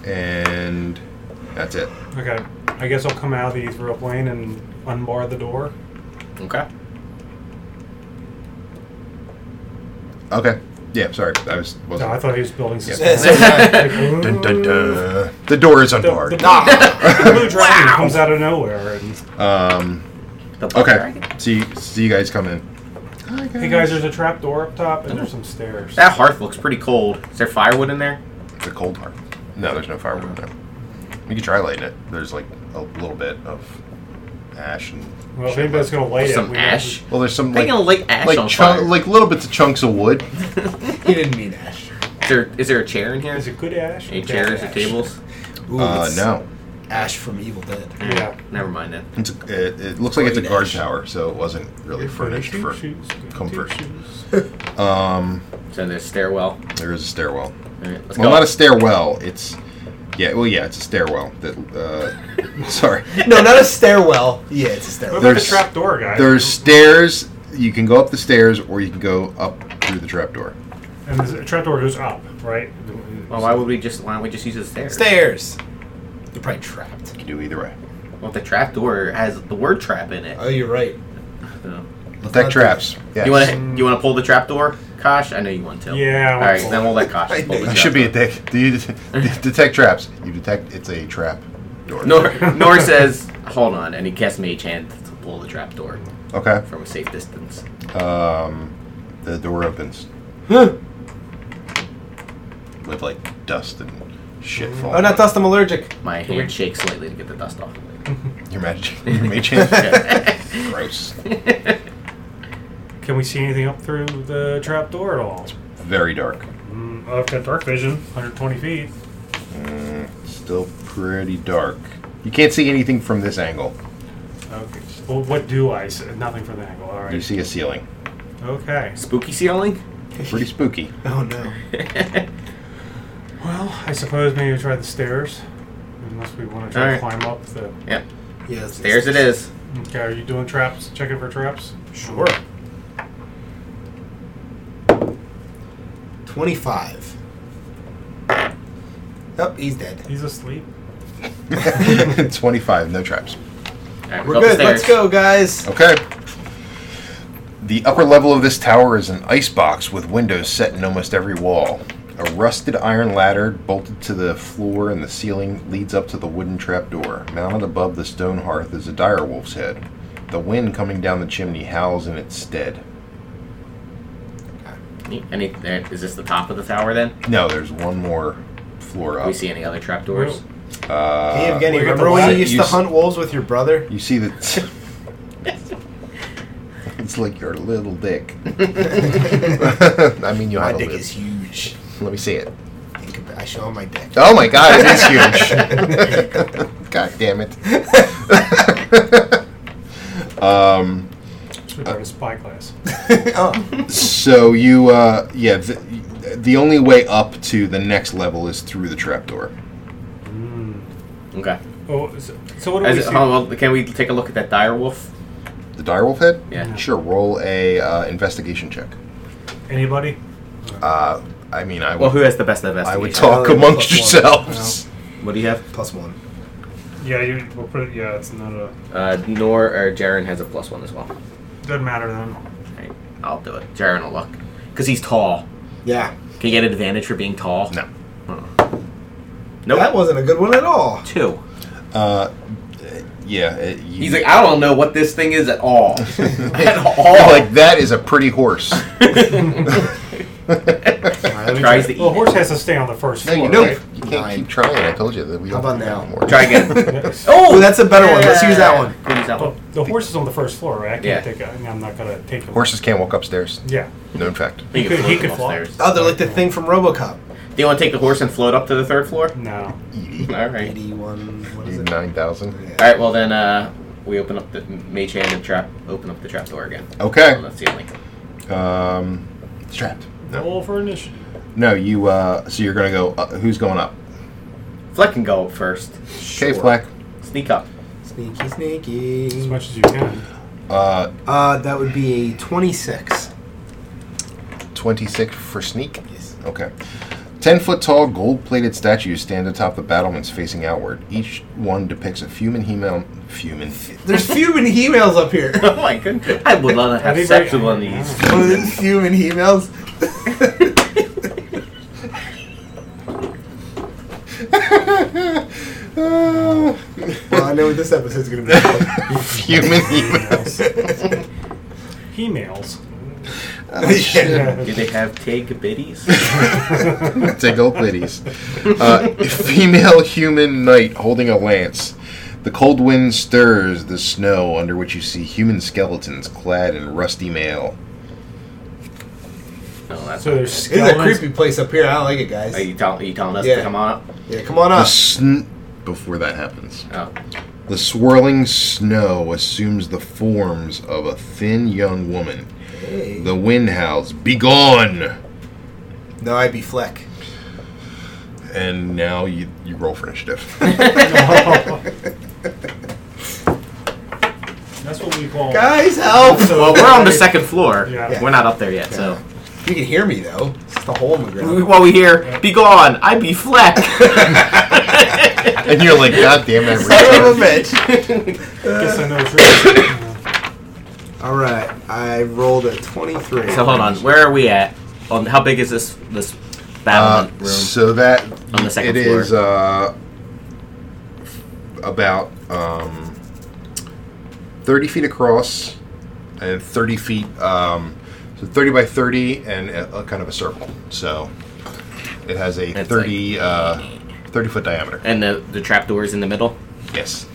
and that's it.
Okay, I guess I'll come out of the ethereal plane and unbar the door.
okay.
Okay, yeah, sorry, I was
No,
wasn't.
I thought he was building suspense.
It's
Like, ooh,
Dun, dun, dun. The door is
The, the,
unbarred.
the blue dragon comes out of nowhere. And,
Um,
The black
okay,
dragon?
so you, so you guys come in.
hey guys, there's a trap door up top and there's some stairs.
That hearth looks pretty cold. Is there firewood in there?
The cold part. No, there's no firewood in there. You can try lighting it. There's like a little bit of ash and.
Well, if anybody's gonna light it,
Some
Oh, we
ash?
Well, there's some
Are they
like
gonna light ash
like
on
chunk,
fire?
like little bits of chunks of wood.
he didn't mean ash.
Is there is there a chair in here?
Is it good ash?
Any
bad
chairs or
ash?
tables?
Ooh,
Uh,
it's
no,
Ash from Evil Dead.
Yeah.
Never mind then.
it's a, it, it looks like it's a
Green
guard
ash.
tower, so it wasn't really furnished for.
Shoes, good
comfort.
shoes.
Um,
So there's stairwell.
there is a stairwell.
All right, let's
Well,
go.
not a stairwell. It's yeah. Well, yeah, it's a stairwell. That uh, sorry.
No, not a stairwell. Yeah, it's a
What
stairwell.
about the
There's-
trap door, guys?
There's stairs. You can go up the stairs, or you can go up through the trapdoor.
And the trap door goes up, right?
well, why would we just why don't we just use the stairs?
Stairs. You're probably trapped.
You can do either way.
Well, the trap door has the word trap in it.
Oh, you're right.
so.
Detect traps. Yes.
You want to you want to pull the trap door, Kosh? I know you want to.
Yeah, I
All
wanna
right,
pull
then
it.
we'll let Kosh pull the
You
trap
should be a
door.
dick. Do you det- detect traps? You detect it's a trap door.
Nor Nor says, "Hold on," and he casts Mage Hand to pull the trap door
Okay.
from a safe distance.
Um, the door opens. With like dust and shit falling.
Oh, not dust. I'm allergic.
My hand shakes slightly to get the dust off.
Your magic. Your mage hand. Gross.
Can we see anything up through the trap door at all?
Very dark.
Mm, I've got dark vision, 120 feet.
Still pretty dark. You can't see anything from this angle.
Okay. Well, what do I see? Nothing from the angle. All
You
right.
see a ceiling.
Okay.
Spooky ceiling.
Pretty spooky.
Oh no.
Well, I suppose maybe we try the stairs. Unless we want to try to
All
climb up the.
Yep.
Yeah, it's-
Stairs it is.
Okay, are you doing traps? Checking for traps?
Sure. Twenty-five. Oh, he's dead.
He's asleep.
25, no traps.
All right,
We're
up the
good. Let's
stairs.
go,
Oh,
guys.
Okay. The upper level of this tower is an icebox with windows set in almost every wall. A rusted iron ladder bolted to the floor and the ceiling leads up to the wooden trapdoor. Mounted above the stone hearth is a direwolf's head. The wind coming down the chimney howls in its stead.
Neat. Any, there- is this the top of the tower then?
No, there's one more floor
Do we
up.
see any other trapdoors?
Uh,
Hey, Evgeny,
we got
remember
the
when
ladder.
you used
You
to
s-
hunt wolves with your brother?
You see that? it's like your little dick. I mean, you
My
have a
dick
little-
is huge.
Let me see it.
Think about- I show him my dick.
Oh my god, it is huge. god damn it. um,
Should have a spyglass.
oh,
so you, uh, yeah, the, the only way up to the next level is through the trapdoor.
Okay.
Oh, so, so what do
As,
we see?
oh, well, can we take a look at that dire wolf?
The direwolf head?
Yeah.
Sure, roll a uh, investigation check.
Anybody?
Uh, I mean, I
Well,
would,
who has the best
I
investigation?
would
Oh,
talk
yeah,
amongst
plus one.
yourselves.
What do you have?
plus one.
Yeah, you, we'll put it. Yeah, it's not a.
Uh, Nor or Jaren has a plus one as well.
Doesn't matter then.
Alright, I'll do it. Jaren will look because he's tall.
Yeah.
Can you get an advantage for being tall?
No.
Nope.
That wasn't a good one at all.
Two.
Uh, yeah, it, you,
He's like, I don't know what this thing is at all. at
You're
all.
like that is a pretty horse.
Alright, let me
tries to eat.
Well, horse has to stay on the first
No,
floor.
you know,
right?
you can't
Nine.
keep trying. I told you that we
How
don't.
about now?
anymore.
Try again.
Oh, that's a better one. Let's use that one.
Go use that
Well,
one.
the horse is on the first floor, right? I can't
Yeah.
take. I mean, I'm not gonna take him.
Horses can't walk upstairs.
Yeah.
Known fact.
He
could- he could fly.
upstairs.
Oh, they're like the thing from RoboCop.
Do you want to take the horse and float up to the third floor?
No.
All right.
Eighty-one. What is it?
Nine thousand.
All right. Well, then uh, we open up the mage hand and trap. Open up the trap door again.
Okay.
And that's the only.
Um, strapped. No.
Roll for initiative.
No, you. Uh, so you're gonna go. Uh, who's going up?
Fleck can go up first.
Okay, Flack.
Sneak up.
Sneaky,
As
sneaky.
much as you can.
Uh,
Uh, that would be a twenty-six.
twenty-six for sneak.
Yes.
Okay. 10 foot tall gold plated statues stand atop the battlements facing outward. Each one depicts a human human. Human.
There's human emails up here.
Oh my goodness! I would love to
That'd
have
be
sex
very-
with one of these.
One of these human emails. Well, I know what this episode's gonna be.
human emails.
He mails.
Oh,
Do they have pig biddies?
Take old ladies. Uh, female human knight holding a lance. The cold wind stirs the snow under which you see human skeletons clad in rusty mail.
No, that's.
So
not
there's
good.
This is a
skeletons.
creepy place up here. I don't like it,
Are
guys.
you, tell, are you telling us
Yeah.
to come on up?
Yeah, come on
The
up.
sn- before that happens,
Oh.
the swirling snow assumes the forms of a thin young woman.
Hey.
The wind howls, "Begone!"
No, I'd be Fleck.
And now you, you roll for initiative.
That's what we call.
Guys, help!
Well, we're on the second floor.
Yeah.
We're not up there yet, so.
You can hear me though. It's the hole in the
We-
ground.
While we hear, be gone, I be Fleck.
and you're like, "God damn it!"
Son
Richard."
of a bitch.
Guess I know it's right.
All right, I rolled a twenty-three.
so hold on, where are we at? On how big is this this
Uh,
battlement room?
so that
On the second
it
floor.
is, uh, about um, thirty feet across and thirty feet, um, so thirty by thirty, and a, a kind of a circle. So it has a
That's
30, uh, 30 foot diameter.
and the the trapdoor is in the middle.
Yes.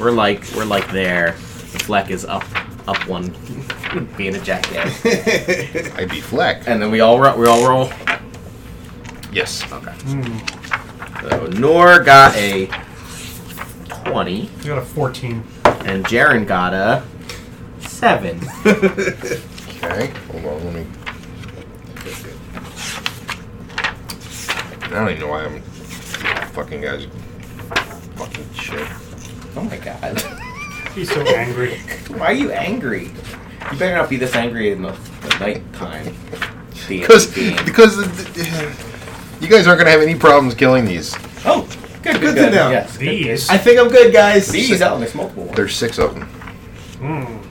We're like we're like there. The Fleck is up up one, being a jackass.
I be Fleck.
and then we all ro- we all roll.
yes.
Okay.
Mm,
So Nor got a twenty,
You got a 14.
and Jaren got a seven.
Okay. Hold on. Let me. I don't even know why I'm fucking guys. Fucking shit.
Oh my god.
He's so angry.
Why are you angry? You better not be this angry in the, the nighttime. D&D
Because
game.
because the- the- you guys aren't gonna have any problems killing these.
oh, good, good,
Good
good.
to know.
Yes, good,
These.
I think I'm good, guys.
good. These out there's multiple ones.
There's six of them.
Mm.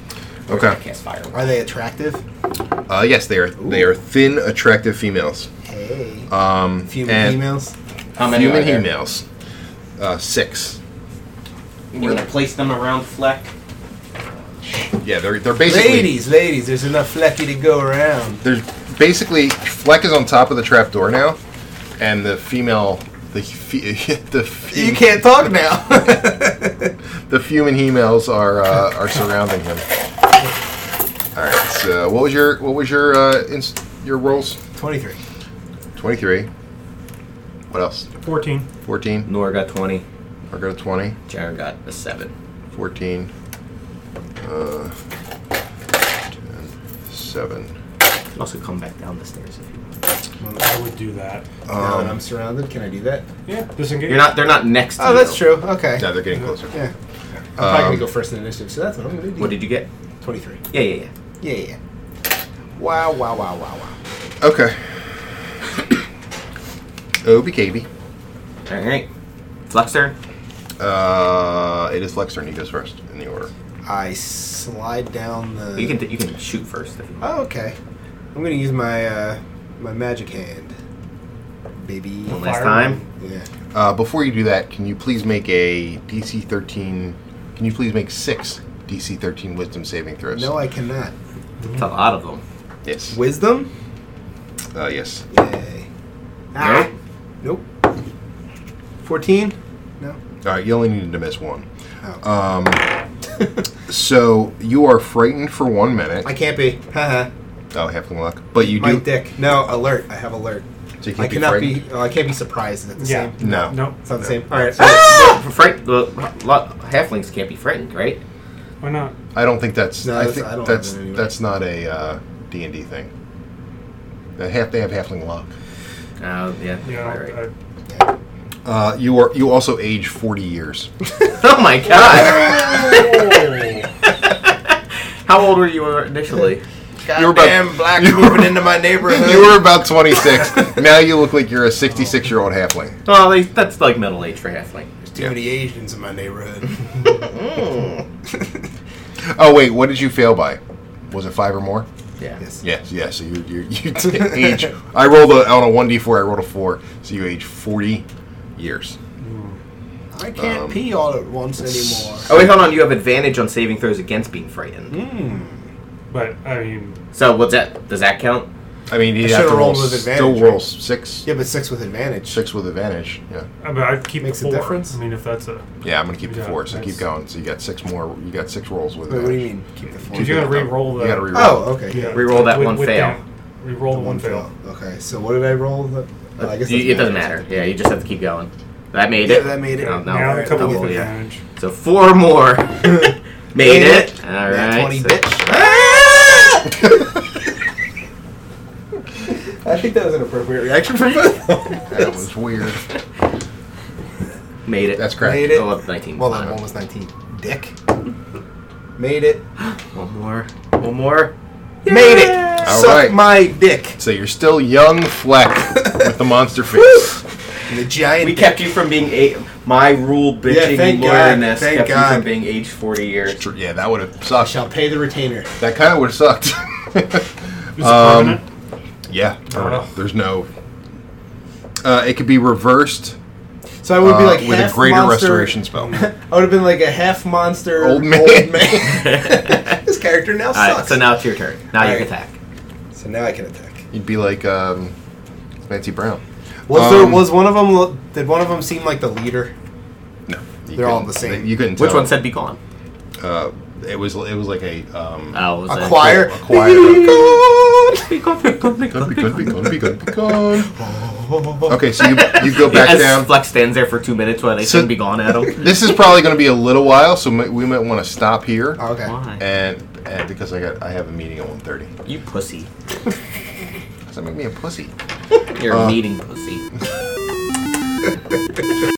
I
Okay.
can't fire one.
Are they attractive?
Uh, yes, they are. They are thin, attractive females.
Hey.
Um,
Human
and
emails.
How many
human
are there?
females. Uh, six.
You're gonna place them around Fleck.
Yeah, they're they're basically
Ladies, ladies, there's enough Flecky to go around.
there's basically Fleck is on top of the trap door now, and the female, the fe- the fe-
You can't talk now.
the human females are uh, are surrounding him. All right. So what was your what was your uh, ins- your rolls?
Twenty-three.
Twenty three. What else?
14.
Fourteen.
Nora got 20.
I got a twenty.
Jaren got a 7.
Fourteen. Uh, ten, seven.
You can also come back down the stairs if you want.
I would do that.
now that
Um,
I'm surrounded, can I do that?
Yeah, disengage.
You're not, they're not next to
Oh,
you.
that's true. Okay.
now they're getting closer.
Yeah. I'm probably
Um,
gonna go first in initiative, so that's what I'm gonna do.
What did you get?
Twenty-three.
Yeah, yeah, yeah.
Yeah, yeah. Wow, wow, wow, wow, wow.
Okay. OBKB.
Alright. Fleck's turn.
Uh, it is Lexer, and he goes first in the order.
I slide down the.
You can, you can shoot first if you want.
oh, okay. I'm gonna use my uh, my magic hand. baby.
One last time.
Yeah.
Uh, before you do that, can you please make a DC 13? Can you please make six DC 13 Wisdom saving throws?
No, I cannot.
It's a lot of them.
Yes.
Wisdom?
Uh, yes.
Yay. Ah. Nope. 14? No.
All right. You only needed to miss one.
Oh.
Um, so you are frightened for one minute.
I can't be. Haha.
oh, half luck. But you
My
do.
dick. No, alert. I have alert.
So you
I
can't
cannot
be
be. Oh, I can't be surprised at the
Yeah.
same.
No.
No.
It's not the same. All right.
Oh!
Fright, well, lo- halflings can't be frightened, right?
Why not?
I don't think that's.
No,
I
that's-
think
I don't have
that's
it anyway.
that's not a uh, D and D thing. They have they have halfling luck.
Uh, yeah.
Yeah.
right,
I-
right.
Uh, you are you also age forty years.
oh my god! How old were you initially?
you were about
black
you-
moving into my neighborhood.
you were about twenty six. now you look like you're a sixty six year old halfling.
well, they, that's like middle age for halfling.
Too many Asians in my neighborhood.
Oh wait, what did you fail by? Was it five or more?
Yeah.
Yes.
Yes, yeah. So you you, you t- age. I rolled a, on a one d four. I rolled a four. So you age forty years.
I can't
Um,
pee all at once anymore.
Oh wait, hold on. You have advantage on saving throws against being frightened.
Hmm?
But I mean,
So what's that? Does that count?
I mean, you
I
have
should've
to roll.
rolled with
s-
advantage,
Still roll
right?
six.
Yeah, but six with advantage.
Six with advantage. Yeah.
I, mean, I keep
Makes a
the four.
difference?
I mean, if that's a
Yeah, I'm gonna keep the
Yeah,
four. So keep
that's-
going. So you got six more. You got six rolls with
Wait, what do you
advantage.
mean? Keep the four.
Keep you gotta re-roll
You
the-
gotta re-roll.
Oh, okay.
yeah.
Reroll that one fail.
that- Reroll the one fail.
Okay, so what did I roll? The, well, I guess
You- it doesn't
matter.
matter. Yeah, you just have to keep going. That made
Yeah,
it.
that made it.
No, no,
now a
alright,
couple
double,
with
yeah.
advantage.
So four more.
Made
made it.
it.
All
Nat
right.
20,
so-
bitch. I think that was an appropriate reaction from both.
That was weird.
Made it.
That's correct.
Made it.
Oh, well, 19.
Well,
Fine.
that one was 19. Dick. Made it.
One more. One more.
Made it. Suck
right.
my dick.
So you're still young, Fleck, with the monster face.
And the giant.
We kept you from being eight. My rule bitching
thank God,
lawyerness
thank
kept you
God.
from being age 40 years.
yeah, that would have
I
sucked.
shall pay the retainer.
That kind of would have sucked.
Is it
Um,
permanent?
yeah, permanent.
Oh.
there's no. Uh, it could be reversed
So I would be
uh,
like
with a
half
greater
monster-
restoration spell.
I would have been like a half monster
Old man.
man. this character now
All
sucks.
right, so now it's your turn. Now you
Alright.
attack.
So now I can attack.
You'd be like um, Nancy Brown.
Was
Um,
there was one of them? Did one of them seem like the leader?
No, you
They're all
couldn't-
the same.
You couldn't. Tell.
Which one said be gone?
Uh, it was. It was like a. Um,
Oh, was
A
it-
choir.
a choir.
Be gone, be gone, be
Gone,
gone,
be
be
gone, be
gone.
gone, be gone, be gone. Okay, so you, you go back
As
down.
Flex stands there for two minutes while they
So-
shouldn't be gone at him.
This is probably going to be a little while, so mi- we might want to stop here.
Oh, Okay.
Why?
And, and because I got I have a meeting at 1.30.
You pussy.
Uh,
Does that make me a pussy?
You're a meeting pussy.